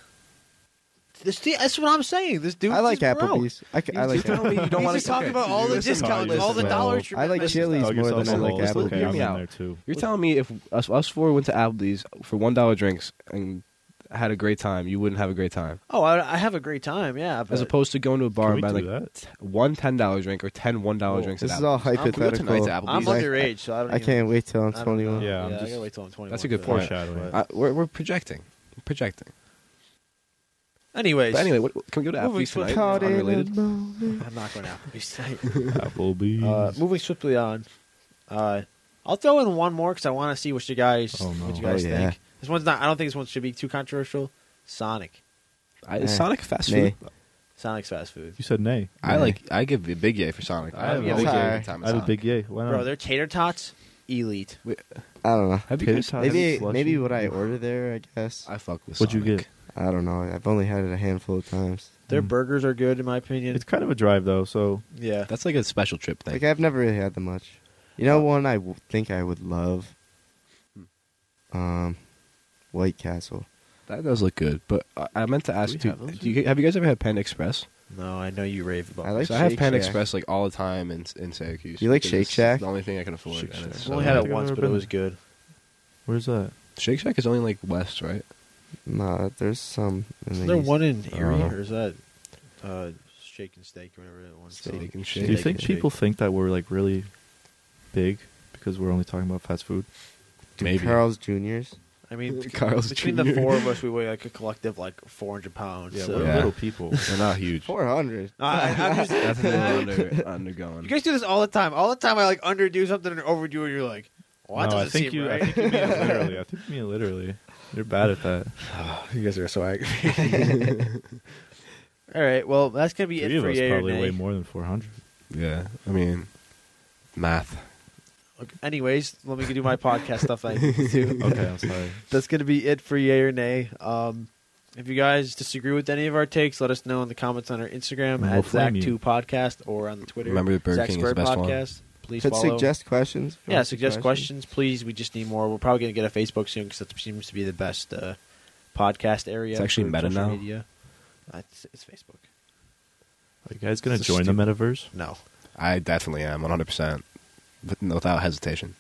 A: This, dude- that's what I'm saying. This dude.
B: I like
A: is broke.
B: Applebee's. I, c- I
A: He's
B: like
A: just telling
B: Applebee's.
A: me you don't
E: He's
A: want
E: just
A: to talking about all the
D: Listen,
A: discounts,
D: listen,
A: all the
D: no.
A: dollars. You're
B: I like
A: listen,
B: Chili's
D: Dug
B: more
D: yourself
B: than I
D: a
B: like
D: hole. Just look-
B: Applebee's.
D: I'm
C: me
D: in
C: out.
D: there too.
C: You're telling me if us, us four went to Applebee's for one dollar drinks and had a great time, you wouldn't have a great time.
A: Oh, I, I have a great time. Yeah, but
C: As opposed to going to a bar
D: Can
C: and
D: we
C: buying like
D: do that?
C: t- one ten dollar drink or ten one dollar
D: Well,
C: drinks.
B: This
C: at
B: is all
C: Applebee's. Can we go tonight to
B: hypothetical.
C: Applebee's?
A: I'm
B: Like,
A: underage, so I don't.
B: I
A: even-
B: can't wait till I'm
A: I don't know.
B: 21.
D: Yeah,
A: yeah,
D: I'm
A: I
D: just-
A: gotta wait till I'm 21.
C: That's a good
A: for that.
C: point.
D: Foreshadowing.
C: I, we're, we're projecting, projecting.
A: Anyways,
C: But anyway, what, can we go to
A: Moving
C: Applebee's tonight?
B: Caught in a
C: Unrelated.
B: moment.
A: I'm not going to Applebee's tonight.
D: Applebee's.
A: Uh, moving swiftly on, uh, I'll throw in one more because I want to see what you guys,
D: Oh, no.
A: what you guys
B: Oh, yeah.
A: think. This one's not. I don't think this one should be too controversial. Sonic,
C: I,
B: Eh.
C: is Sonic fast
B: Nay.
C: food.
A: Sonic's fast food.
D: you said nay.
C: I
B: Nay.
C: like. I give a big yay for Sonic.
D: I have
C: a
D: a
C: big
B: big
C: yay
B: yay.
C: for time
D: I have a
C: Sonic.
D: big yay. Why not?
A: Bro, their tater tots, elite.
B: I don't know.
C: Have you
D: Tater
C: guys-
D: tots
B: Maybe
D: and slushy.
B: maybe what I order there, I guess.
C: I fuck with.
D: What'd you
C: Sonic.
D: get?
B: I don't know. I've only had it a handful of times.
A: Their
D: Mm.
A: burgers are good, in my opinion.
D: It's kind of a drive though, so
A: yeah,
C: That's like a special trip thing.
B: Like I've never really had them much. You know, one I w- think I would love.
D: Hmm.
B: Um, White Castle.
C: That does look good, but I, I meant to ask
A: we
C: too.
A: have those?
C: Do you, have you guys ever had Panda Express?
A: no, I know you rave about.
B: I like
C: so I have
B: Shake
C: Panda
B: Shack.
C: Express like all the time in in Syracuse.
B: You like
C: because
B: Shake
C: it's
B: Shack?
C: The only thing I can afford.
D: Shake
C: and
D: Shack.
C: it's
A: I've only
C: so
A: had
D: I
A: it
D: think I've
A: once,
D: never
A: but it
D: been
A: was
D: there.
A: good.
D: where's that?
C: Shake Shack is only like West, right?
B: No, there's some. In
A: Is
B: the
A: there
B: east.
A: one in Erie,
B: Uh-huh.
A: or is that uh, Shake and Steak or whatever that one's
B: Steak
A: called?
C: and
D: Do
C: Shake.
D: you
C: Steak
D: think
A: and
D: people
A: Shake.
D: think that we're like really big because we're only talking about fast food?
B: Dude,
C: Maybe.
B: Carl's Junior's.
A: I mean,
C: Carl's
A: between the
C: Jr..
A: four of us, we weigh like a collective like 400 pounds.
D: Yeah,
A: so-
D: we're
C: Yeah.
D: little people.
C: They're not huge.
B: Four hundred.
A: I, I'm just-
C: That's a little under, undergoing.
A: you guys do this all the time. All the time, I like underdo something and overdo it. You're like, well, that
D: no, I
A: doesn't
D: think
A: seem
D: you.
A: right.
D: I think you mean it literally. I think you mean it literally. You're bad at that.
C: you guys are so angry.
A: all right, well, that's gonna be
D: Three
A: it
D: of
A: for
D: us
A: yay or
D: probably weigh
A: nay.
D: more than 400.
C: yeah, I mean, math.
A: Okay, Anyways, let me do my podcast stuff. I need to do.
D: Okay, I'm sorry.
A: that's going to be it for yay or nay. Um, if you guys disagree with any of our takes, let us know in the comments on our Instagram
D: We'll
A: at
D: flame you.
A: Zach2 Podcast or on the Twitter.
C: Remember the Burger
A: Zach
C: King is the best one.
A: Podcast. Please
B: Could
A: follow.
B: suggest questions. if you
A: yeah,
B: want
A: suggest questions, please. We just need more. We're probably going to get a Facebook soon because that seems to be the best uh, podcast area.
C: It's actually
A: for
C: meta
A: social
C: now.
A: Media. Uh, it's, it's Facebook.
D: Are you guys gonna
C: This is
D: join the metaverse?
A: No,
C: I definitely am 100, percent but without hesitation.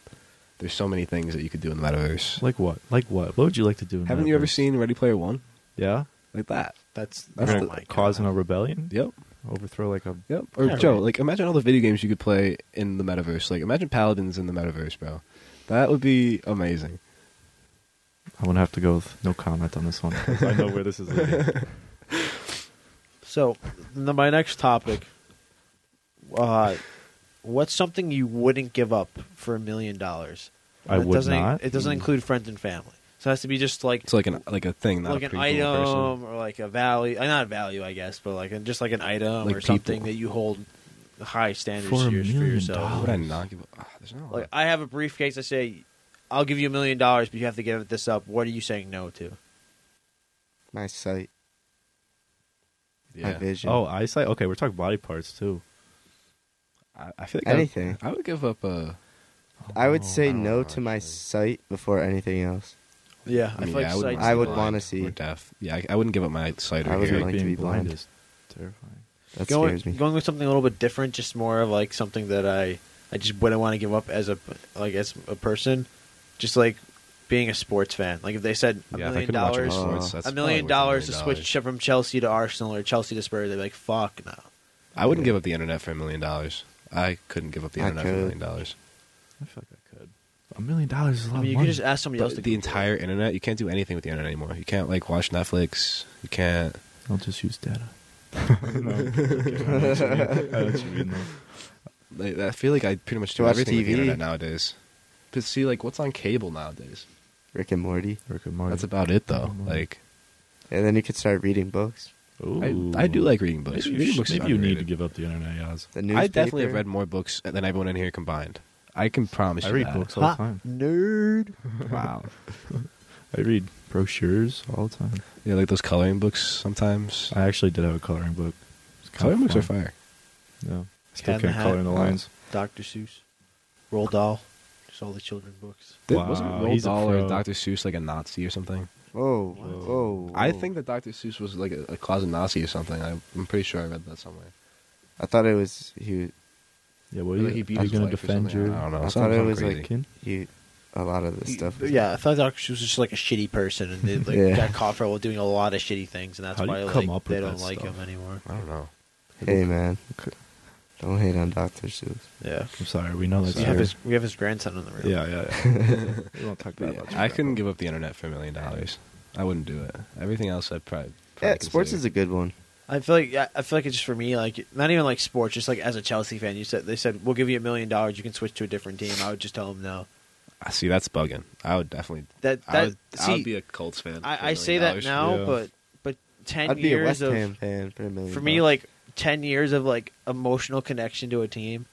C: There's so many things that you could do in the metaverse.
D: Like what? Like what? What would you like to do? In
C: Haven't you ever
D: metaverse?
C: seen Ready Player One?
D: Yeah.
C: Like that.
A: that's
C: That's
A: oh
C: the
A: my
D: Causing
A: God.
D: a rebellion.
C: Yep.
D: Overthrow like a.
C: Yep. Or
A: Yeah,
C: Joe,
A: right.
C: like imagine all the video games you could play in the metaverse. Like imagine Paladins in the metaverse, bro. That would be amazing.
D: I'm gonna have to go with no comment on this one. 'cause I know where this is leading.
A: So, n- my next topic. Uh, what's something you wouldn't give up for a million dollars?
D: I
A: It
D: would
A: doesn't,
D: not.
A: It doesn't include friends and family, so it has to be just like
C: It's like an like a thing, not
A: like
C: a
A: an
C: pretty
A: item
C: cool person.
A: or like a value. uh, Not value, I guess, but like a- just like an item
C: Like
A: or something
C: people.
A: that you hold high standards
D: For
A: for,
D: a
A: yours- for
D: million
C: Why
A: yourself.
C: would I not give? ah, there's not. a lot.
A: Like I have a briefcase. I say, I'll give you a million dollars, but you have to give this up. What are you saying no to?
B: My sight. My
C: yeah.
B: vision.
D: oh, eyesight. Okay, we're talking body parts too.
C: I, I feel like I-
B: anything.
C: I, would give up a.
B: I would say
D: oh, I don't
B: no
D: know,
B: to my
D: actually.
B: sight before anything else.
A: Yeah,
C: I mean,
A: feel like
C: yeah, I would,
A: sight-
B: I would
C: blind
B: wanna
C: or
B: see.
C: deaf. Yeah, I, I wouldn't give up my sight
B: I
C: or
B: wouldn't
C: hearing.
B: like to be blind.
D: is terrifying.
B: That
A: going
B: scares me.
A: going with something a little bit different, just more of like something that I I just wouldn't want to give up as a like as a person, just like being a sports fan. Like if they said a
C: yeah, if I
A: million
C: could watch
A: dollars,
C: my sports,
B: Uh,
C: that's
A: a
C: probably worth
A: million dollars to
C: $1 million.
A: switch from Chelsea to Arsenal or Chelsea to Spurs, they'd be like, fuck no.
C: I wouldn't give up the internet for a million dollars. I couldn't give up the
B: I
C: internet for a
B: could.
C: million dollars.
D: I feel like I could. A million dollars is a lot
A: I mean,
D: of
A: you
D: money.
A: could just ask somebody else. To
C: But the entire internet, you can't do anything with the internet anymore. You can't like watch Netflix. You can't.
D: I'll just use data. no, I'm kidding. I know what you mean. I know what you mean, though.
C: Like, I feel like I pretty much do
B: Watch
C: everything with the
B: TV.
C: internet nowadays. But see, like, what's on cable nowadays?
B: Rick and Morty.
D: Rick and Morty.
C: That's about it, though. Like,
B: And then you could start reading books.
C: I, I do like reading books.
D: Maybe,
C: reading
D: you,
C: books
D: sh-
C: is
D: maybe you need to
C: underrated.
D: give up the internet, Yaz.
B: The
C: I definitely have
B: newspaper.
C: read more books than everyone in here combined. I can promise
D: I
C: you
D: read
C: that.
D: books all the
A: Ha,
D: time.
A: Nerd.
C: Wow.
D: I read brochures all the time.
C: yeah, like those coloring books sometimes.
D: I actually did have a coloring book. It's kinda
C: Coloring books are
D: fun.
C: fire.
D: No, still
A: Cat in the
D: can't
A: Hat. Oh.
D: color in the lines.
A: Dr. Seuss. Roald Dahl. Just all the children books.
C: Did,
D: Wow,
C: wasn't Roald
D: he's a
C: Dahl
D: pro.
C: or Dr. Seuss like a Nazi or something?
B: Whoa,
A: What?
B: whoa!
C: I
B: whoa.
C: think that Dr. Seuss was like a, a closet Nazi or something. I, I'm pretty sure I read that somewhere.
B: I thought it was he.
D: Yeah, what
C: Like,
D: are
C: he
D: you,
C: beat
D: are you
C: his
D: going to
C: wife or
D: defend
C: something.
D: your
C: I don't know.
B: I
C: something
B: thought it was
C: crazy.
B: like
D: kid?
B: he. A lot of the stuff. was-
A: Yeah, I thought Dr. Seuss was just like a shitty person and they like
B: Yeah.
A: got caught for doing a lot of shitty things, and that's
D: How do
A: why
D: you
A: like,
D: come up with
A: they don't
D: that
A: like
D: stuff?
A: him anymore.
C: I don't know.
B: Hey man,
D: Okay.
B: don't hate on Doctor Seuss.
A: Yeah.
D: I'm sorry, we know that's
A: We
C: Sorry.
A: have,
D: true.
A: his, we have his grandson in the room.
D: Yeah, yeah, yeah. we won't talk about
C: Yeah,
D: that.
C: I couldn't give up the internet for a million dollars. I wouldn't do it. Everything else, I'd probably.
B: Yeah, sports is a good one.
A: I feel like I I feel like it's just for me, like not even like sports, just like as a Chelsea fan. You said they said we'll give you a million dollars, you can switch to a different team. I would just tell them no.
C: I Ah, see that's bugging. I would definitely.
A: That that
C: I, would,
A: see,
C: I would be a Colts fan. for a
A: I, I
C: million
A: say that
C: dollars.
A: now,
D: Yeah.
A: but but 10
B: I'd be a
A: years
B: West
A: of
B: Ham fan for a million.
A: for me
B: bucks.
A: like ten years of like emotional connection to a team,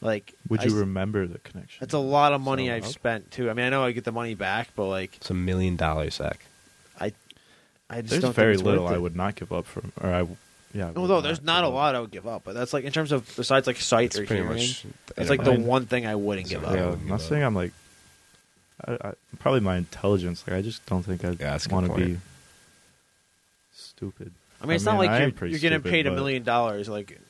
A: like
D: Would
A: I
D: you
A: s-
D: remember the connection?
A: That's a lot of money
D: So,
A: I've
D: okay.
A: spent too. I mean, I know I get the money back, but like
C: It's a million dollar sack.
A: I, I just
D: There's
A: don't
D: very
A: think it's
D: little
A: worth
D: I
A: it.
D: would not give up from, or I, w- yeah. I would
A: Although there's not a
D: give up.
A: lot I would give up, but that's like in terms of besides like sight
C: It's
A: or
C: pretty
A: hearing,
C: much.
A: It's like the
D: Mine-
A: one thing I wouldn't give up.
C: I
D: Yeah,
C: wouldn't
D: I'm not
C: give
D: saying
C: up.
D: I'm like, I, I, probably my intelligence. Like I just don't think I
C: Yeah, that's a good
D: want to
C: point.
D: be stupid.
A: I mean, it's
D: I
A: not
D: mean, I
A: like
D: am
A: you're,
D: pretty
A: you're getting
D: stupid,
A: paid a
D: but-
A: million dollars. Like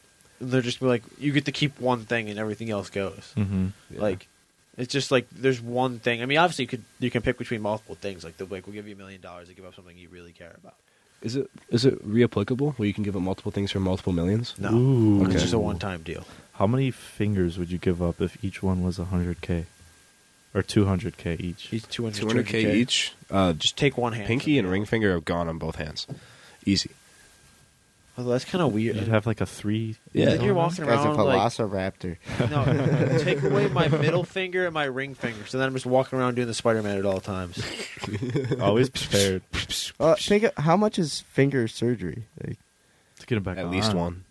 A: they're just like you get to keep one thing and everything else goes.
D: Mm-hmm.
C: Yeah.
A: Like it's just like there's one thing. I mean, obviously you could you can pick between multiple things. Like they're like we'll give you a million dollars to give up something you really care about.
C: Is it is it reapplicable where you can give up multiple things for multiple millions?
A: No,
D: Ooh.
A: it's
C: Okay.
A: just a one time deal.
D: How many fingers would you give up if each one was 100k or 200k each?
A: He's 200,
C: Two hundred k each. Uh,
A: Just
C: just
A: take one hand.
C: pinky and ring finger are gone on both hands. Easy.
A: Although that's kind of weird.
D: You'd have like a three.
C: Yeah.
A: Then you're walking
B: This guy's a
A: around like
B: velociraptor.
A: no. take away my middle finger and my ring finger, so then I'm just walking around doing the Spider Man at all times.
D: always prepared
B: Well, Uh, think of, how much is finger surgery? Like,
D: to get him back.
C: At least
D: on.
C: one.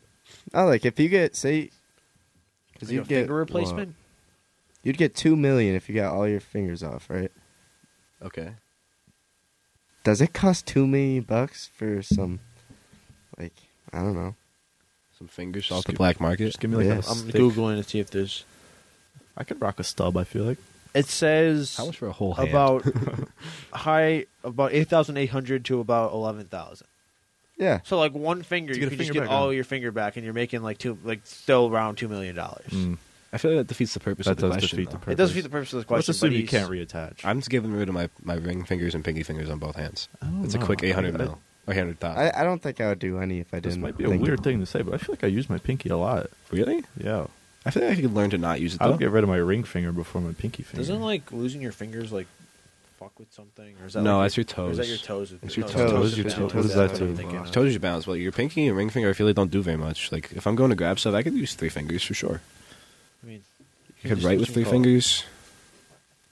B: oh, like if you get say,
A: Is
B: because
A: it a
B: you'd get
A: finger replacement?
B: what? you'd get two million if you got all your fingers off, right?
C: Okay.
B: Does it cost two million bucks for some, like I don't know?
C: Some fingers off the
D: give-
C: black market.
D: Just give me like
B: Yes.
D: a
A: I'm
D: stick.
A: googling to see if there's.
D: I could rock a stub. I feel like
A: It says
C: How much for a whole hand?
A: about high about eight thousand eight hundred to about eleven thousand.
B: Yeah,
A: So like one finger,
D: To
A: you
D: get a
A: can just
D: finger
A: get
D: back
A: all
D: on.
A: your finger back, and you're making like two, like still around two million dollars.
D: Mm.
C: I feel like that defeats the purpose
D: That
C: of the
D: does
C: question.
D: defeat the
C: though.
D: purpose.
A: It does fit the purpose of the
D: Let's
A: question.
D: assume
A: but
D: you
A: he's-
D: can't reattach.
C: I'm just giving rid of my, my ring fingers and pinky fingers on both hands.
D: I don't
C: It's a
D: know.
C: quick 800
D: I-
C: mil or 800,000.
B: I, I don't think I would do any if I
D: This
B: didn't.
D: might be a
B: think-
D: weird thing to say, but I feel like I use my pinky a lot.
C: Really?
D: Yeah,
C: I feel like I could learn to not use it
D: I
C: though.
D: would get rid of my ring finger before my pinky finger.
A: Doesn't like losing your fingers like fuck with something, or is that
C: No,
A: like,
C: that's your
A: or is that
C: toes.
A: your toes?
C: It's your
A: no,
C: toes.
A: toes.
D: It's your
A: balance.
D: toes. What is that
A: That's what I'm
D: to-
A: thinking
C: I
A: of.
C: told you balance. Well, your pinky and ring finger, I feel they don't do very much. Like if I'm going to grab stuff, I could use three fingers for sure.
A: I mean,
C: I could
A: Just
C: write
A: use
C: with
A: them
C: three
A: both.
C: fingers.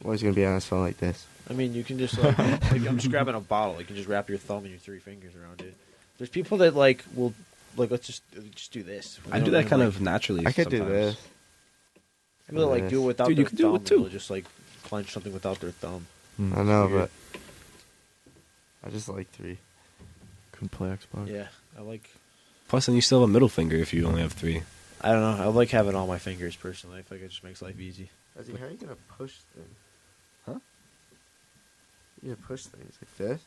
B: I'm always gonna be on his phone like this.
A: I mean, you can just like, like I'm just grabbing a bottle. You can just wrap your thumb and your three fingers around it. There's people that like will like let's just just do this.
C: I do that kind of naturally.
B: I could do
C: sometimes.
B: this.
A: People that like do it without
C: Dude, you
A: their
C: can
A: thumb.
C: do it too.
A: They'll just like clench something without their thumb.
D: Hmm.
B: I know,
A: Weird.
B: but I just like three.
D: Couldn't play Xbox.
A: Yeah, I like.
C: Plus, then you still have a middle finger if you only have three.
A: I don't know. I like having all my fingers personally. I feel like it just makes life easy.
B: How are you gonna push things?
C: Huh?
B: You gonna push things like this?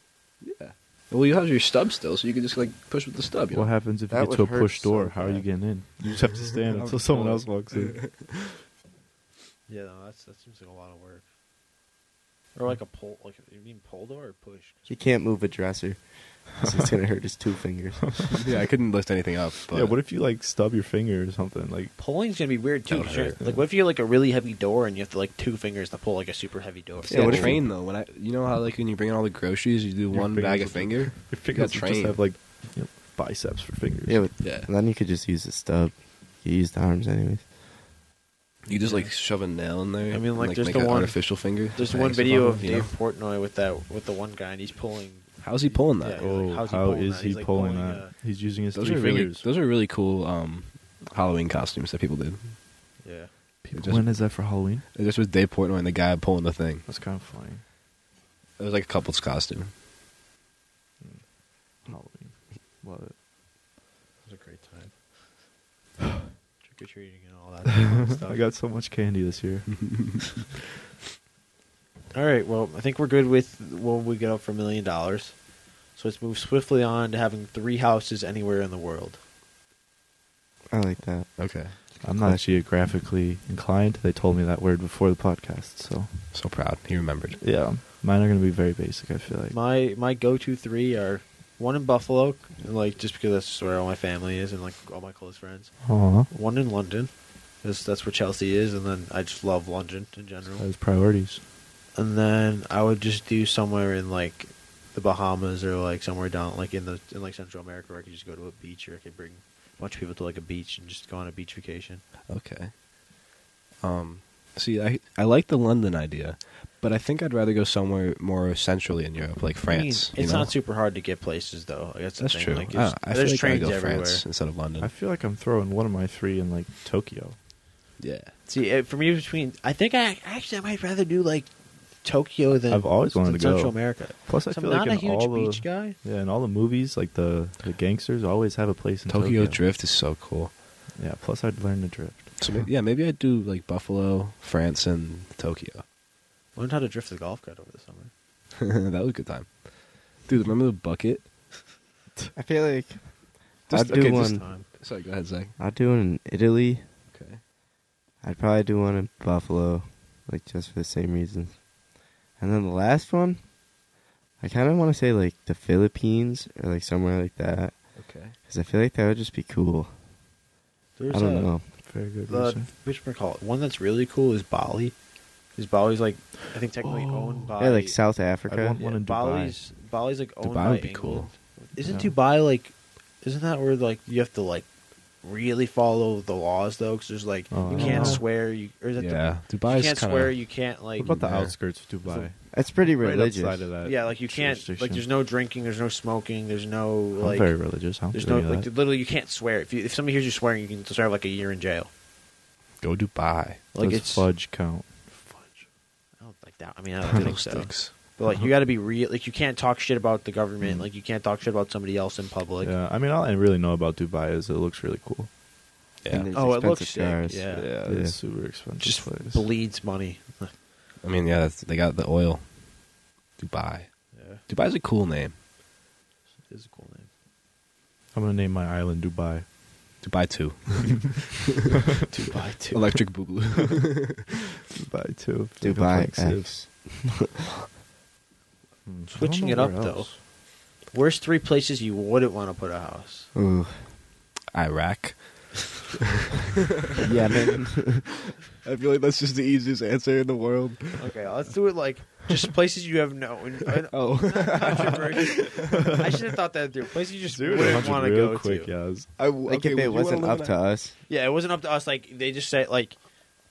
C: Yeah. Well, you have your stub still, so you can just like push with the stub. You
D: What
C: know?
D: happens if
B: That
D: you get
B: would
D: to a
B: hurt
D: push
B: so
D: door? How are you
B: bad.
D: getting in? You just have to stand until someone else walks in.
A: Yeah, no, that's that seems like a lot of work. Or like a pull, like you mean pull door or push?
B: He can't move a dresser. 'cause it's gonna hurt his two fingers.
C: yeah, I couldn't lift anything up. But
D: Yeah, what if you like stub your finger or something? Like,
A: Pulling's gonna be weird too.
C: That would
A: 'cause you're-
C: hurt.
A: Like, what if you are like a really heavy door and you have to like two fingers to pull like a super heavy door?
C: Yeah,
B: Yeah, what if you-
C: train though. When I, you know how like when you bring in all the groceries, you do one
D: fingers
C: bag
D: will
C: of
D: be-
C: finger.
D: your fingers
C: got
D: would just
C: trained.
D: have like you know, biceps for fingers.
B: yeah, but
C: Yeah.
B: then you could just use the stub. You use the arms anyways.
C: You just like shove a nail in there.
A: I mean,
C: and,
A: like, there's
C: make
A: the
C: an
A: one-
C: artificial finger.
A: There's
C: Thanks,
A: one video
C: Obama,
A: of
C: you
A: Dave
C: know?
A: Portnoy with that with the one guy and he's pulling
C: How's he pulling that?
A: Yeah, like,
D: oh,
A: how's he
D: how
A: pulling
D: is
A: that?
D: he
A: He's, like,
D: pulling
A: pulling,
D: that?
A: uh,
D: He's using his
C: Those
D: three
C: are really
D: fingers.
C: those are really cool um, Halloween costumes that people did.
A: Yeah.
D: People-
C: just-
D: when is that for Halloween?
C: It just was Dave Portnoy and the guy pulling the thing.
D: That's kind of funny.
C: It was like a couple's costume.
D: Halloween, love it.
A: It was a great time. Trick or treating and all that fun stuff.
D: I got so much candy this year.
A: all right. Well, I think we're good with what we get up for a million dollars. So let's move swiftly on to having three houses anywhere in the world.
B: I like that.
C: Okay,
D: I'm not geographically inclined. They told me that word before the podcast, so
C: so proud. He remembered.
D: yeah, mine are going to be very basic. I feel like
A: My my go to three are one in Buffalo, and like just because that's where all my family is and like all my close friends.
D: Aw,
A: One in London, because that's where Chelsea is, and then I just love London in general.
D: that was priorities.
A: and then I would just do somewhere in like the Bahamas or like somewhere down like in the in like Central America where I could just go to a beach or I could bring a bunch of people to like a beach and just go on a beach vacation.
C: Okay. Um, see, I I like the London idea, but I think I'd rather go somewhere more centrally in Europe, like
A: I mean,
C: France. you
A: it's
C: know?
A: not super hard to get places though. Like, that's the
C: That's
A: thing.
C: true.
A: Like,
C: I,
A: it's-
C: I feel
A: there's
C: like I'd
A: trains
C: go
A: everywhere.
C: France instead of London.
D: I feel like I'm throwing one of my three in like Tokyo.
C: yeah.
A: See, it, for me between, I think I actually I might rather do like Tokyo than
D: I've always wanted
A: than
D: to go.
A: Central America.
D: Plus, I
A: So
D: feel
A: I'm
D: like
A: not
D: in
A: a huge
D: all
A: beach
D: the
A: guy.
D: yeah, in all the movies, like the the gangsters always have a place in
C: Tokyo,
D: Tokyo.
C: Drift is so cool.
D: Yeah. Plus, I'd learn to drift.
C: So maybe, yeah, maybe I'd do like Buffalo, France, and Tokyo.
A: Learned how to drift the golf cart over the summer.
C: that was a good time, dude. Remember the bucket?
B: I feel like
C: Just-
B: I'd do
C: okay, just-
B: one.
A: Time.
C: Sorry, go ahead, Zach.
B: I'd do one in Italy.
C: Okay.
B: I'd probably do one in Buffalo, like just for the same reason. And then the last one, I kind of want to say like the Philippines or like somewhere like that,
C: Okay.
B: because I feel like that would just be cool.
A: There's
B: I don't
A: a-
B: know.
D: Very good.
A: The,
D: reason.
A: which one call it? One that's really cool is Bali. Is Bali's like I think technically
D: Oh.
A: owned by
B: Yeah, like South Africa.
D: want- one in Dubai.
A: Bali's Bali's like owned
C: Dubai
A: by
C: would be
A: England.
C: cool.
A: Isn't
D: Yeah.
A: Dubai like? Isn't that where like you have to like really follow the laws though? Because there's like
D: Oh,
A: you
D: I
A: can't
D: don't know.
A: swear. You or is that
C: Yeah,
A: the,
C: Dubai
A: you
C: is
A: can't
C: kinda-
A: swear. You can't like.
D: what about the
C: Yeah.
D: outskirts of Dubai?
B: It's pretty
D: Right
B: religious.
D: outside of that.
A: yeah, like you can't like. There's
D: jurisdiction.
A: no drinking. There's no smoking. There's no
D: I'm
A: like.
D: very religious. I don't
A: There's
D: do
A: no
D: any of
A: like.
D: that.
A: Literally, you can't swear. If you if somebody hears you swearing, you can serve like a year in jail.
C: Go Dubai.
A: Like
D: Does
A: it's
D: fudge count.
A: Fudge. I don't like that. I mean, I don't think so.
C: Fiddlesticks.
A: But like, you got to be real. Like, you can't talk shit about the government. Like, you can't talk shit about somebody else in public.
D: yeah, I mean, all I really know about Dubai is it looks really cool.
C: Yeah.
B: And there's
A: Oh, it
B: expensive
A: looks sick,
B: cars.
A: yeah.
D: it's
B: Yeah.
D: super expensive.
A: Just
D: place.
A: bleeds money. yeah.
C: I mean, yeah, that's, they got the oil. Dubai. Dubai's a cool name.
A: It's a cool name.
D: I'm gonna name my island Dubai.
C: Dubai 2.
A: Dubai too.
C: Electric Boogaloo.
D: Dubai too.
B: Dubai X.
D: Hmm.
A: Switching it up though. Worst three places you wouldn't want to put a house.
B: Ooh,
C: Iraq.
B: yeah, man.
C: I feel like that's just the easiest answer in the world.
A: Okay, let's do it like just places you have known.
C: Oh.
A: Controversial. I should have thought that through. Places you just
D: Dude,
A: wouldn't want to
D: real
A: go
D: quick,
A: to. Yeah.
D: Yaz.
C: I,
B: like if it wasn't up to us,
A: it wasn't up to us. Like they just say like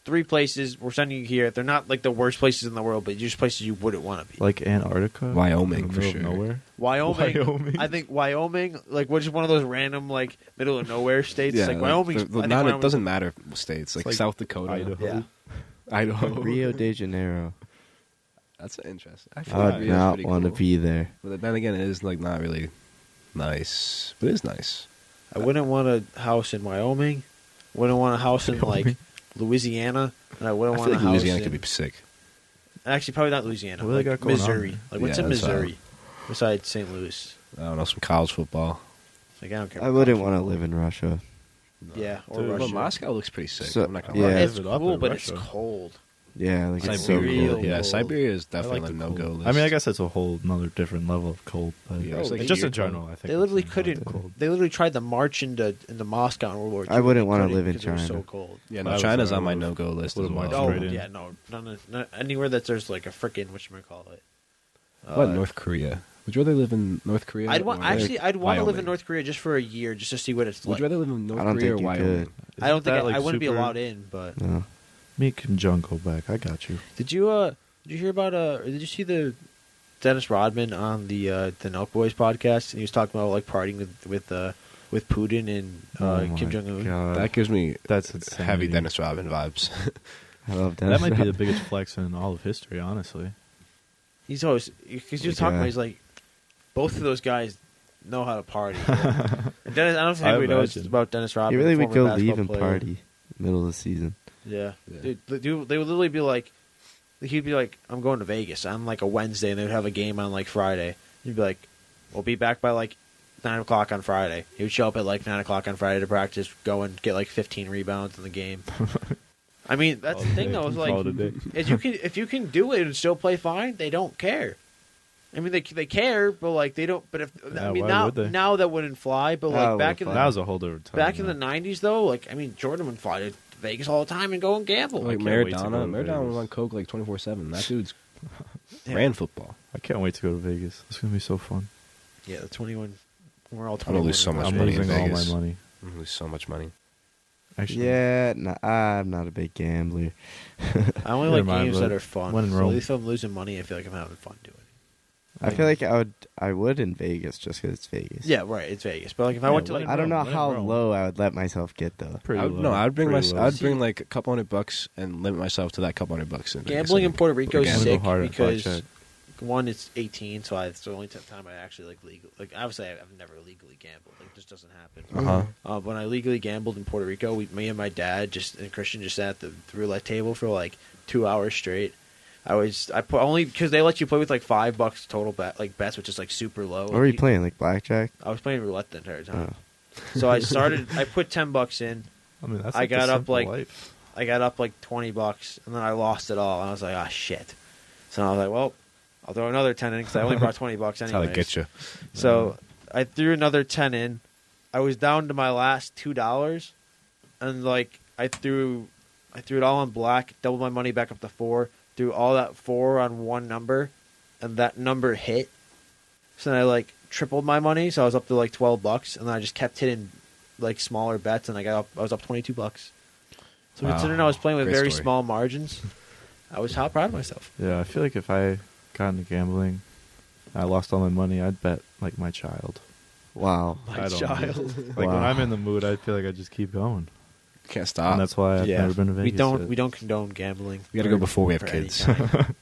A: three places we're sending you here. They're not like the worst places in the world, but just places you wouldn't want to be.
D: Like Antarctica,
C: Wyoming,
D: in the
C: for
D: middle
C: sure.
D: Of nowhere.
A: Wyoming,
D: Wyoming.
A: I think Wyoming, like, which is one of those random, like, middle of nowhere states.
C: Yeah,
A: like, Wyoming.
C: the- the- not- it doesn't matter states. Like,
D: like
C: South Dakota.
D: Idaho.
A: Yeah.
C: Idaho.
B: Rio de Janeiro.
C: That's interesting. I feel
B: I
C: like
B: would
C: Rio's
B: not
C: pretty
B: want to
C: cool.
B: be there.
C: But then again, it is, like, not really nice. But it is nice.
A: I wouldn't want a house in Wyoming. Wouldn't want a house in like Louisiana, and I
C: I
A: wouldn't
C: feel
A: want
C: like
A: a house
C: Louisiana
A: in
C: could be sick.
A: actually probably not Louisiana.
D: What do they
A: like
D: got going on
A: Missouri.
D: there?
A: Like, what's
C: Yeah,
A: in
C: that's all.
A: Missouri besides St. Louis?
C: I don't know, some college football.
A: Like, I don't care.
B: I
A: about
B: wouldn't
A: that.
B: want to live in Russia.
A: Yeah, or
D: Dude,
C: But
A: Russia.
C: Moscow looks pretty sick.
B: So-
C: I'm not gonna
B: yeah.
C: lie.
A: It's
D: Live it up
A: cool,
D: in
A: but
D: Russia.
A: it's cold.
B: Yeah, like it's so
A: Siberia.
B: cool.
C: Yeah,
A: cold.
C: Siberia is
D: I
C: definitely
D: like the
C: a no-go
D: cold.
C: list.
D: I mean, I guess that's a whole another different level of cold. But
C: Yeah, it's like
D: just
C: year
D: in general, I think
A: They literally
D: it's not that
A: couldn't. They literally tried to march into into Moscow in World War II.
B: I wouldn't
A: They
B: wanna
A: couldn't
B: live in
A: because it was
B: China.
A: so cold.
C: Yeah,
D: I
C: no,
D: was
C: China's
D: alright
C: on my
D: with-
C: no-go list as
D: with
C: well.
D: my
A: Oh
D: straight in.
A: yeah, no, none of, not anywhere that there's like a freaking what you call it.
C: What North Korea? Would you rather live in North Korea?
A: Uh, I'd want
C: or
A: actually. I'd want to live in
C: Wyoming?
A: North Korea just for a year, just to see what it's
C: Would
A: like.
C: you rather live in North
B: I don't
C: Korea or
B: think you
C: Wyoming?
B: could.
A: I don't think I,
D: Isn't that, like,
A: I wouldn't be
D: super-
A: allowed in. But
B: No.
D: Me and John go back. I got you.
A: did you uh did you hear about uh or did you see the Dennis Rodman on the uh, the Nelk Boys podcast, and he was talking about like partying with with uh, with Putin and uh,
D: Oh
A: Kim
D: my
A: Jong Un.
D: God.
C: that gives me
D: That's
C: heavy
D: insanity.
C: Dennis Robin vibes.
B: I love
D: That
B: Dennis.
D: might be the
B: Rodman.
D: biggest flex in all of history, honestly.
A: He's always because he was talking about he's like both of those guys know how to party. And Dennis, I don't think
D: I
A: anybody knows
D: imagine.
A: about Dennis Rodman.
B: He really would
A: former
B: go
A: basketball
B: leave and
A: player.
B: party middle of the season.
A: Yeah,
C: Yeah.
A: Dude, they, do- they would literally be like, he'd be like, "I'm going to Vegas on like a Wednesday," and they would have a game on like Friday. He'd be like, "We'll be back by like nine o'clock on Friday." He would show up at like nine o'clock on Friday to practice, go and get like 15 rebounds in the game. I mean, that's the thing though. Is
D: Call it a
A: like,
D: day.
A: if you can if you can do it and still play fine, they don't care. I mean, they they care, but like they don't. But if
D: Yeah,
A: I mean
D: why
A: now
D: would they?
A: now that wouldn't fly. But
B: That
A: like
B: wouldn't
A: back in
B: fly.
A: the
D: that was a whole different time.
A: Back in the
D: man.
A: nineties, though, like I mean, Jordan would fly to Vegas all the time and go and gamble.
C: like
D: can't wait to go
C: Maradona,
D: to
C: Maradona was
D: Vegas.
C: on coke like twenty four seven. That dude's
A: Yeah.
C: ran football.
D: I can't wait to go to Vegas. It's gonna be so fun.
A: yeah, the twenty-one. We're all
C: gonna
A: twenty-one.
C: lose so much
D: I'm
C: money in
D: losing all my
C: Vegas.
D: money.
C: I'm gonna lose so much money.
D: Actually,
B: Yeah, no, I'm not a big gambler.
A: I only
D: Never
A: like
D: mind,
A: games
D: but
A: that are fun.
D: when in
A: So
D: Rome.
A: at least if I'm losing money, I feel like I'm having fun doing it.
B: I feel like I would I would in Vegas just because it's Vegas.
A: Yeah, right. It's Vegas, but like if I
D: Yeah,
A: went to
D: what
A: like
D: if-
B: I don't know
D: Let it
B: how
D: roll.
B: low I would let myself get though.
D: pretty
C: I would,
D: low.
C: no, I'd bring my,
D: pretty low.
C: I'd bring like a couple hundred bucks and limit myself to that couple hundred bucks. And
A: gambling in Puerto Rico
C: Again.
A: is
D: I'm gonna
A: sick
D: go hard at
A: because
D: blackjack.
A: one, it's eighteen, so I, it's the only t- time I actually like legal. Like obviously, I've never legally gambled. Like this doesn't happen.
C: Uh huh.
A: Uh, when I legally gambled in Puerto Rico, we, me and my dad just and Christian just sat at the roulette table for like two hours straight. I was I put only because they let you play with like five bucks total bet like bets, which is like super low.
B: What were you playing? Like blackjack?
A: I was playing roulette the entire time. So I started. I put ten bucks in.
D: I mean, that's
A: I
D: like the
A: got up,
D: simple
A: like-
D: life.
A: I got up like twenty bucks, and then I lost it all. And I was like, ah, shit. So I was like, well, I'll throw another ten in because I only brought twenty bucks
C: That's
A: anyway.
C: how they get you.
A: So I threw another ten in. I was down to my last two dollars, and like I threw, I threw it all on black. Doubled my money back up to four. Threw all that four on one number, and that number hit. So then I like tripled my money, so I was up to like twelve bucks, and then I just kept hitting like smaller bets, and I got up, I was up twenty two bucks. So
C: Wow.
A: considering I was playing with
C: Great
A: very
C: story.
A: small margins, I was how proud of myself.
D: yeah, I feel like if I got into gambling, I lost all my money. I'd bet like my child.
B: Wow.
A: My
D: I don't
A: child.
D: Like when
B: Wow.
D: I'm in the mood, I feel like I just keep going,
C: Can't
D: and
C: stop.
D: that's why I've
A: Uh, yeah.
D: never been to Vegas.
A: we don't
D: yet.
A: we don't condone gambling.
C: We gotta go
A: for-
C: before we have
A: for any
C: kids.
A: kind.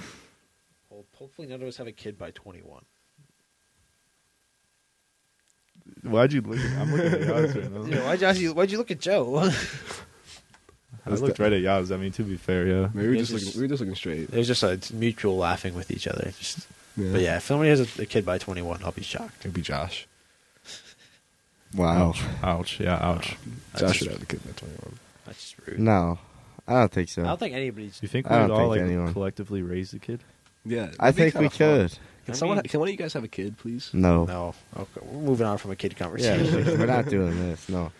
A: Well, hopefully none of us have a kid by 21.
D: Why'd you look? At, I'm looking at Yaz right now.
A: why'd you, ask you- why'd you look at Joe?
D: I looked right at Yaz. I mean, to be fair, yeah.
C: Maybe we're
A: Yeah,
C: just,
A: just-
C: looking, we're just looking straight.
A: There's just a mutual laughing with each other. Just, But yeah, if somebody has a, a kid by 21, I'll be shocked.
C: it'd be Josh.
B: Wow.
D: Ouch. Ouch. Yeah. Ouch.
A: That's
C: Josh
A: just-
C: should have the kid by twenty one.
A: That's just rude.
B: No, I don't think so.
A: I don't think anybody's.
D: You think
B: I
D: we
B: don't
D: would all
B: think
D: like
B: anyone-
D: collectively raise the kid?
C: Yeah,
B: I think we could.
A: I
C: Can someone?
A: mean-
C: Can one of you guys have a kid, please?
B: No.
A: No. Okay, we're moving on from a kid
B: Yeah,
A: conversation.
B: we're not doing this. No.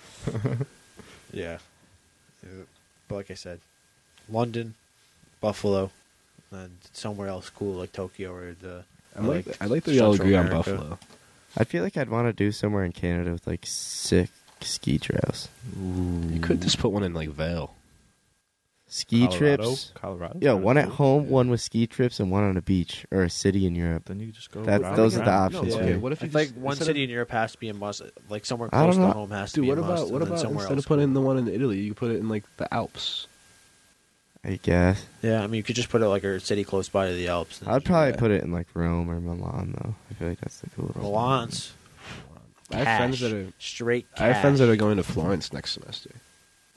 A: Yeah. Yeah. But like I said, London, Buffalo, and somewhere else cool like Tokyo or the.
C: I like.
A: like
C: I like that we all
A: Central
C: agree on
A: America.
C: Buffalo.
B: I feel like I'd want to do somewhere in Canada with like sick ski trails,
C: You could just put one in like Vale.
B: ski
D: Colorado?
B: E trips.
D: Colorado.
B: Yeah, one at home, one with ski trips, and one on a beach or a city in Europe.
D: Then you just go.
B: That-
D: around
B: those
D: and
B: are the
D: around.
B: options
A: Yeah.
B: for me.
C: What if you
A: It's like
C: just-
A: one
C: instead
A: city
C: of-
A: in Europe has to be a must, like somewhere
B: I don't
A: close to
B: know.
A: home has to
C: Dude,
A: be
C: what
A: a must.
C: about what
A: and then
C: about
A: somewhere
C: instead
A: else
C: of putting
A: cool.
C: the one in Italy, you put it in like the Alps?
B: I guess
A: Yeah, I mean, you could just put it like a city close by to the Alps.
B: I'd probably
C: Yeah.
B: put it in like Rome or Milan though. I feel like that's the cool.
A: Milan's.
C: I have friends that are.
A: straight.
C: I have friends that are going to Florence next semester.